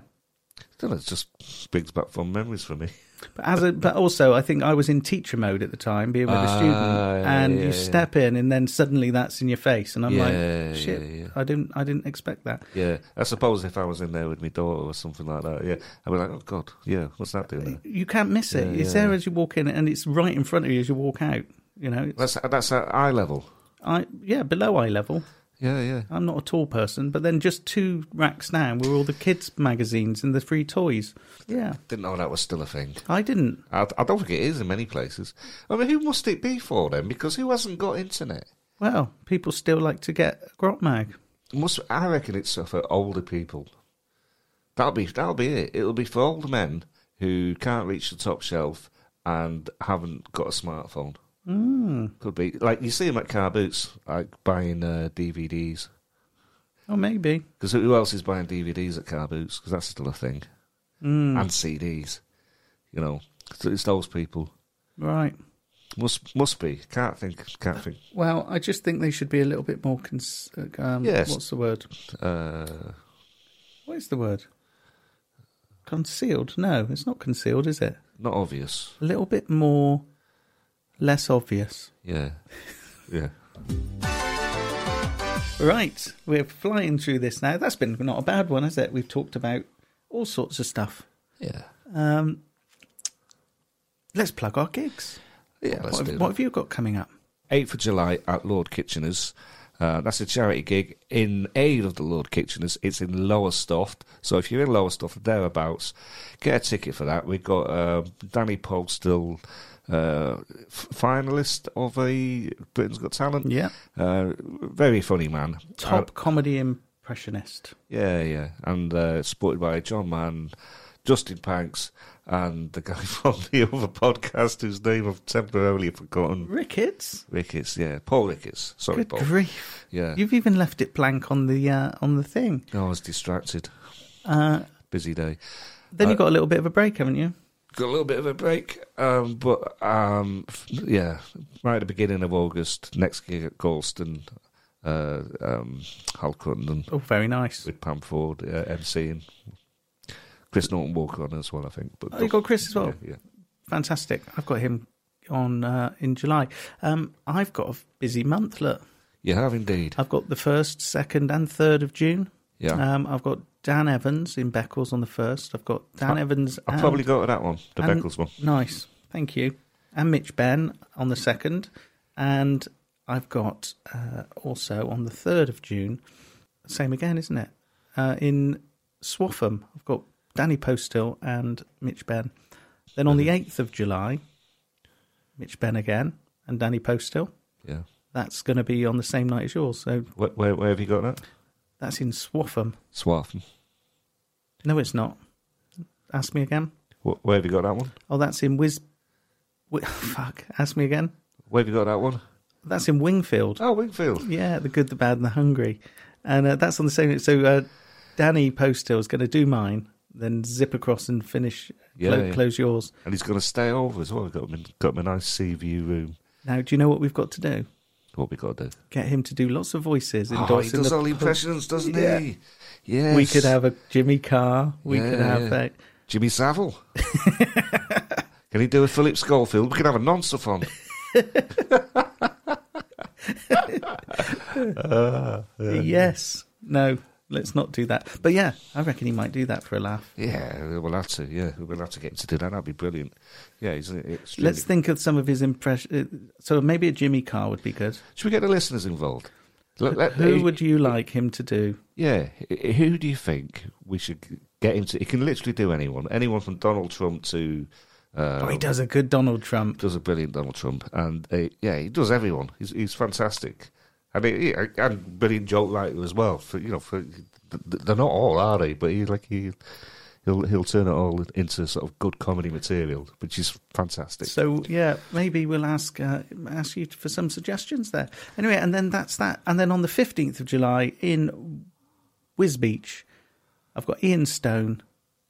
D: I don't know, it just brings back fond memories for me.
C: But as a, but also, I think I was in teacher mode at the time, being with a student,
D: Ah, yeah,
C: and
D: yeah,
C: you
D: yeah.
C: step in, and then suddenly that's in your face, and I'm
D: Yeah,
C: like, shit,
D: yeah, yeah.
C: I didn't I didn't expect that.
D: Yeah, I suppose if I was in there with my daughter or something like that, yeah, I'd be like, oh god, yeah, what's that doing there?
C: You can't miss it.
D: Yeah,
C: it's
D: yeah,
C: there
D: yeah.
C: as you walk in, and it's right in front of you as you walk out. You know, it's,
D: That's that's at eye level.
C: I yeah, below eye level.
D: Yeah, yeah.
C: I'm not a tall person, but then just two racks down were all the kids' magazines and the free toys. Yeah,
D: Didn't know that was still a thing.
C: I didn't.
D: I, I don't think it is in many places. I mean, who must it be for then? Because who hasn't got internet?
C: Well, people still like to get a grot mag.
D: Must I reckon it's for older people. That'll be that'll be it. It'll be for older men who can't reach the top shelf and haven't got a smartphone. Hmm. Mm. Could be like you see them at car boots, like buying uh, DVDs.
C: Oh, maybe.
D: Because who else is buying DVDs at car boots? Because that's still a thing. And CDs. You know, 'Cause it's those people.
C: Right.
D: Must must be. Can't think. Can't think.
C: Well, I just think they should be a little bit more. Cons- um,
D: Yes.
C: What's the word?
D: Uh,
C: What is the word? Concealed? No, it's not concealed, is it?
D: not obvious.
C: A little bit more, less obvious.
D: Yeah. Yeah.
C: Right, we're flying through this now. That's been not a bad one, has it? We've talked about all sorts of stuff.
D: Yeah.
C: Um, let's plug our gigs.
D: Yeah.
C: What
D: Let's do
C: have,
D: that.
C: what have you got coming up?
D: 8th of July at Lord Kitchener's. Uh, that's a charity gig in aid of the Lord Kitchener's. It's in Lowestoft. So if you're in Lowestoft, thereabouts, get a ticket for that. We've got uh, Danny Pogue still uh, f- finalist of a Britain's Got Talent.
C: Yeah.
D: Uh, very funny man.
C: Top
D: Uh,
C: comedy impressionist.
D: yeah, yeah. And uh, supported by John Mann, Justin Panks, and the guy from the other podcast whose name I've temporarily forgotten.
C: Ricketts.
D: Ricketts, yeah. Paul Ricketts. Sorry,
C: Good
D: Paul.
C: grief!
D: Yeah.
C: You've even left it blank on the uh, on the thing.
D: No, I was distracted.
C: Uh,
D: Busy day.
C: then you
D: Uh,
C: got a little bit of a break, haven't you?
D: Got a little bit of a break, um, but um, f- yeah, right at the beginning of August, next gig at Galston, uh, um, Hal Cruttendon
C: Oh, very nice.
D: with Pam Ford uh, MC and Chris Norton Walker on as well, I think. But
C: Oh, you got Chris as well.
D: Yeah, yeah.
C: Fantastic. I've got him on uh, in July. Um, I've got a busy month. Look,
D: You have indeed.
C: I've got the first, second, and third of June.
D: Yeah.
C: Um, I've got Dan Evans in Beckles on the first. I've got Dan
D: I-
C: Evans.
D: I'll
C: and-
D: probably go to that one, the
C: and-
D: Beckles one.
C: Nice, thank you. And Mitch Ben on the second, and I've got uh, also on the third of June. Same again, isn't it? Uh, in Swaffham, I've got Danny Postill and Mitch Ben. Then
D: Mm-hmm.
C: on the eighth of July, Mitch Ben again and Danny Postill.
D: Yeah.
C: That's going to be on the same night as yours. So
D: Where, where, where have you got that?
C: that's in Swaffham.
D: Swartham.
C: No, it's not. Ask me again.
D: Wh- Where have you got that one?
C: Oh, that's in Wiz. Wi- Fuck. Ask me again.
D: Where have you got that one?
C: That's in Wingfield.
D: Oh, Wingfield.
C: Yeah, the good, the bad, and the hungry, and uh, that's on the same. So uh, Danny Postill is going to do mine, then zip across and finish.
D: Yeah,
C: clo-
D: yeah.
C: close yours.
D: And he's going to stay over as well. We've got him, in- got him a nice sea view room.
C: Now, do you know what we've got to do?
D: What we got to do?
C: Get him to do lots of voices.
D: Oh, he
C: endorsing
D: does
C: the
D: all the
C: pub.
D: impressions, doesn't
C: Yeah.
D: he? Yes.
C: We could have a Jimmy Carr. We could
D: Yeah.
C: have a.
D: Jimmy Savile. Can he do a Philip Schofield? We can have a nonsense on.
C: Yes. No. Let's not do that. But yeah, I reckon he might do that for a laugh.
D: Yeah, we'll have to. Yeah, we'll have to get him to do that. That'd be brilliant. Yeah, he's an extremely...
C: Let's think of some of his impression. So maybe a Jimmy Carr would be good.
D: Should we get the listeners involved? Let- let-
C: Who would you like him to do?
D: Yeah, h- who do you think we should get him to? He can literally do anyone. Anyone from Donald Trump to. Uh,
C: Oh, he does a good Donald Trump.
D: does a brilliant Donald Trump, and uh, yeah, he does everyone. He's he's fantastic, and he, he- and brilliant joke writer as well. For you know, for they're not all are they? But he like he he'll he'll turn it all into sort of good comedy material, which is fantastic.
C: So yeah, maybe we'll ask uh, ask you for some suggestions there. Anyway, and then that's that. And then on the fifteenth of July in Whiz Beach, I've got Ian Stone,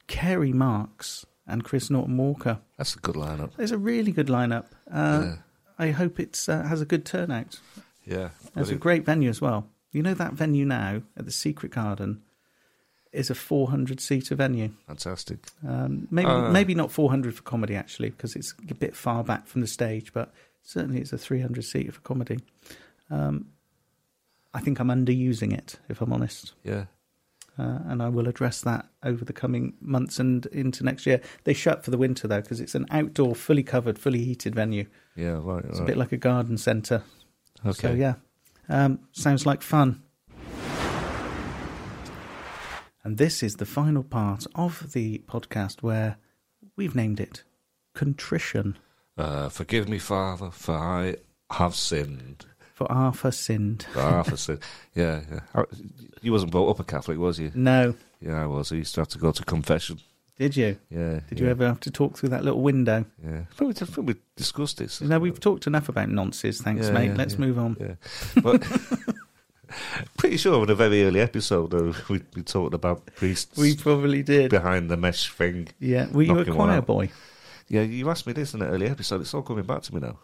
C: Kerry Marks, and Chris Norton Walker.
D: That's a good lineup.
C: There's a really good lineup. Uh, I hope it's uh, has a good turnout.
D: Yeah,
C: It's a great venue as well. You know that venue now at the Secret Garden is a 400 seater venue.
D: fantastic.
C: Um, maybe maybe not 400 for comedy actually, because it's a bit far back from the stage, but certainly it's a 300 seater for comedy. Um, I think I'm underusing it, if I'm honest,
D: Yeah,
C: uh, and I will address that over the coming months and into next year. They shut for the winter though, because it's an outdoor, fully covered, fully heated venue.
D: yeah, right.
C: It's a bit like a garden centre.
D: okay.
C: So yeah, um, sounds like fun. And this is the final part of the podcast where we've named it contrition
D: Uh, forgive me, Father, for I have sinned.
C: for Arthur sinned.
D: For I have sinned. Yeah, yeah. I- You wasn't brought up a Catholic, was you?
C: No,
D: Yeah, I was. I used to have to go to confession.
C: did you?
D: Yeah.
C: Did
D: yeah.
C: you ever have to talk through that little window?
D: Yeah, I think we, I think we discussed this.
C: No, we've talked enough about nonces. Thanks,
D: Yeah,
C: mate.
D: yeah,
C: Let's
D: yeah,
C: move on.
D: Yeah, but Pretty sure in a very early episode uh, we, we talked about priests
C: We probably did.
D: behind the mesh thing.
C: Yeah. Were you a
D: knocking one
C: choir
D: out.
C: boy?
D: Yeah, you asked me this in an early episode. It's all coming back to me now.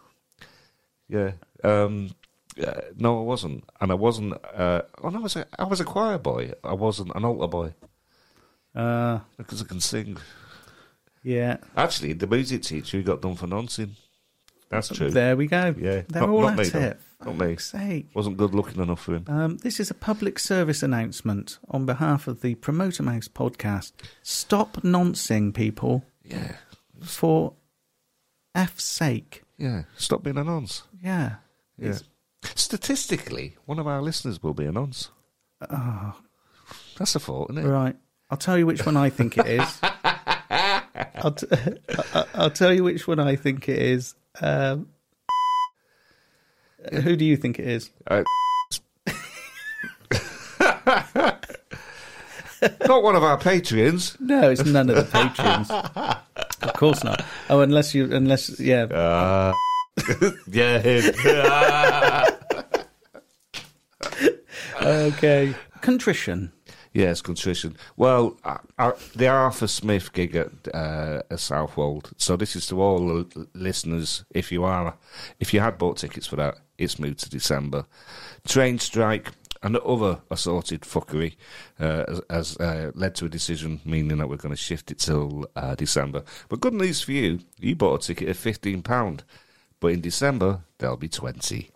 D: Yeah. Um, uh, no, I wasn't, and I wasn't. Uh, oh no, I was, a, I was a choir boy. I wasn't an altar boy
C: Uh,
D: because I can sing.
C: yeah.
D: Actually, the music teacher who got done for noncing. That's true.
C: There we go.
D: Yeah,
C: They're
D: not-
C: all
D: not
C: at
D: me,
C: it.
D: though. Not me.
C: Fuck's sake.
D: Wasn't good looking enough for him.
C: Um, this is a public service announcement on behalf of the Promoter Mouse podcast. Stop noncing people
D: Yeah,
C: for F's sake.
D: yeah. Stop being a nonce.
C: Yeah.
D: Yeah. Statistically, one of our listeners will be a nonce. Oh. That's a thought, isn't it?
C: Right. I'll tell you which one I think it is. I'll, t- I- I'll tell you which one I think it is. Um, who do you think it is?
D: Uh, Not one of our Patreons.
C: No, it's none of the patrons. of course not. Oh, unless you, unless yeah,
D: Yeah, him.
C: okay. Contrition.
D: yes, contrition. Well, I, I, the Arthur Smith gig at, uh, at Southwold. So this is to all the l- listeners. If you are, if you had bought tickets for that, it's moved to December. Train strike and other assorted fuckery uh, has, has uh, led to a decision, meaning that we're going to shift it till uh, December. But good news for you, you bought a ticket at fifteen pound, but in December there'll be twenty.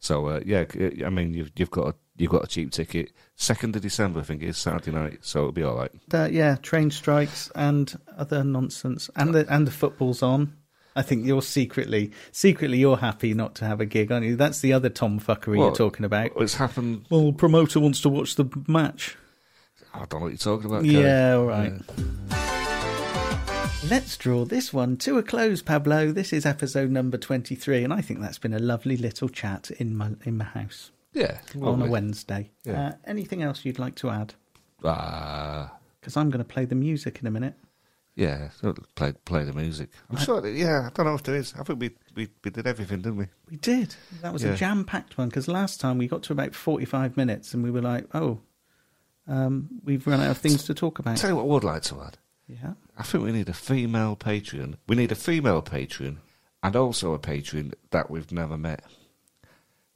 D: So uh, yeah, c- I mean you've you've got a, you've got a cheap ticket. Second of December, I think it is Saturday night, so it'll be all right.
C: Uh, yeah, train strikes and other nonsense, and the and the football's on. I think you're secretly, secretly, you're happy not to have a gig, aren't you? That's the other tomfuckery
D: Well,
C: you're talking about.
D: It's happened.
C: Well, promoter wants to watch the match.
D: I don't know what you're talking about. Uh, Kelly.
C: Yeah, all right. Let's draw this one to a close, Pablo. This is episode number twenty-three, and I think that's been a lovely little chat in my in my house
D: yeah.
C: on
D: lovely.
C: a Wednesday.
D: Yeah.
C: Uh, anything else you'd like to add?
D: Ah,
C: Because I'm going to play the music in a minute.
D: yeah. so Play play the music. I'm sure. that- Yeah, I don't know if there is. I think we we, we did everything, didn't we?
C: We did. That was a
D: Yeah.
C: jam-packed one because last time we got to about forty-five minutes, and we were like, "Oh, um, we've run out of things to talk about."
D: Tell you what, I would like to add.
C: Yeah.
D: I think we need a female Patreon. We need a female Patreon and also a Patreon that we've never met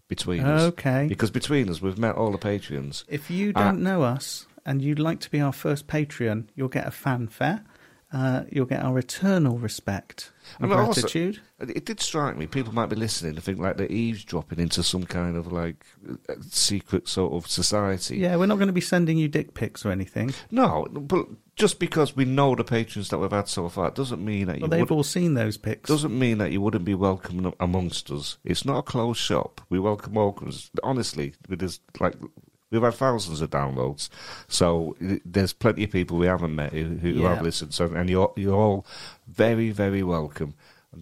D: between us.
C: Okay.
D: Because between us, we've met all the Patreons.
C: If you
D: Uh,
C: don't know us and you'd like to be our first Patreon, you'll get a fanfare. Uh, you'll get our eternal respect and,
D: And also-
C: gratitude.
D: it did strike me. People might be listening to think like they're eavesdropping into some kind of like uh, secret sort of society.
C: yeah, we're not going to be sending you dick pics or anything.
D: No, but just because we know the patrons that we've had so far doesn't mean that you
C: Well, they've
D: would,
C: all seen those pics.
D: doesn't mean that you wouldn't be welcome amongst us. It's not a closed shop. We welcome all. 'cause Honestly, there's like we've had thousands of downloads, so i- there's plenty of people we haven't met who, who
C: Yeah.
D: have listened. So, and you're you're all very very welcome.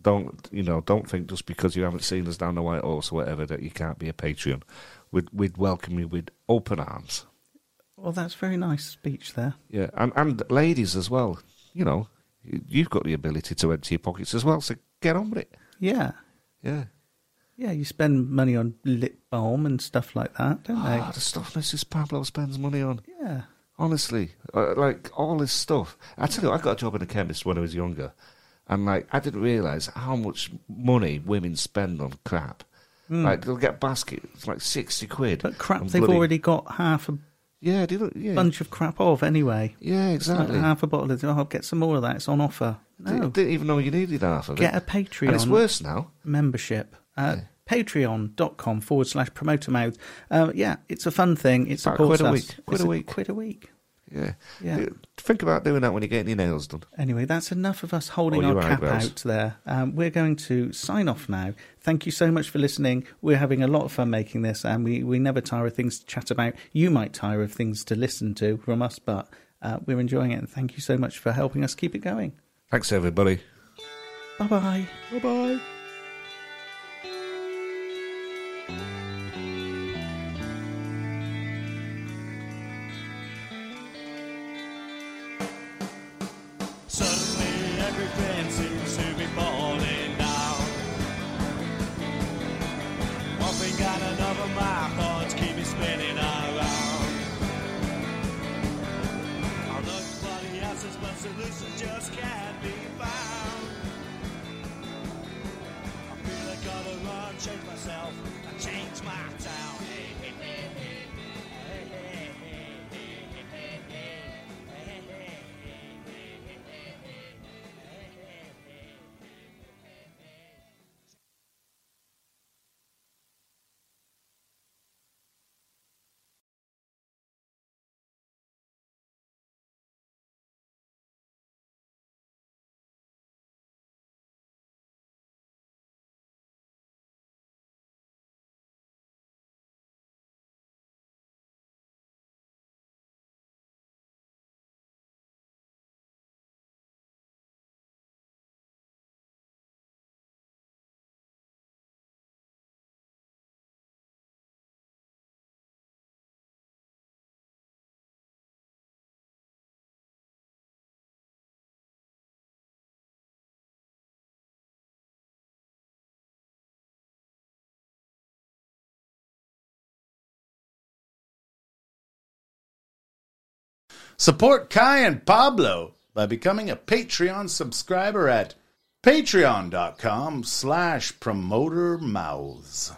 D: Don't you know? Don't think just because you haven't seen us down the White Horse or whatever that you can't be a Patreon. We'd we'd welcome you with open arms.
C: Well, Oh, that's very nice speech there.
D: Yeah, and and ladies as well. You know, you- you've got the ability to empty your pockets as well. So get on with it.
C: Yeah.
D: Yeah.
C: Yeah, you spend money on lip balm and stuff like that, don't
D: Ah,
C: they?
D: the stuff Mrs. Pablo spends money on.
C: Yeah.
D: Honestly, uh, like all this stuff. I tell you, I got a job in a chemist when I was younger, and like I didn't realise how much money women spend on crap. Like they'll get baskets it's like sixty quid.
C: Hmm. But crap,
D: and
C: they've
D: bloody-
C: already got half a
D: yeah, they don't, yeah,
C: bunch of crap off anyway.
D: yeah,
C: Like
D: exactly.
C: half a bottle of, oh, I'll get some more of that. It's on offer.
D: They
C: No.
D: didn't even know you needed half of
C: Get
D: it.
C: a Patreon.
D: and it's worse now.
C: membership at patreon.com forward slash promoter mouth. Uh, yeah, it's a fun thing. It
D: About
C: supports
D: quid a
C: us.
D: week, quid
C: It's
D: a week.
C: Quid a week.
D: Yeah.
C: Yeah.
D: Think about doing that when you're getting your nails done.
C: Anyway, that's enough of us holding
D: Oh,
C: our
D: your
C: cap
D: eyebrows.
C: out there. Um, we're going to sign off now. Thank you so much for listening. We're having a lot of fun making this, and we, we never tire of things to chat about. You might tire of things to listen to from us, but uh, we're enjoying it. And thank you so much for helping us keep it going.
D: Thanks, everybody.
C: Bye bye. Bye bye.
B: Suddenly every plan seems to be falling down. One thing got another, my thoughts keep me spinning Smackdown.
F: Support Kai and Pablo by becoming a Patreon subscriber at patreon.com slash promoter mouths.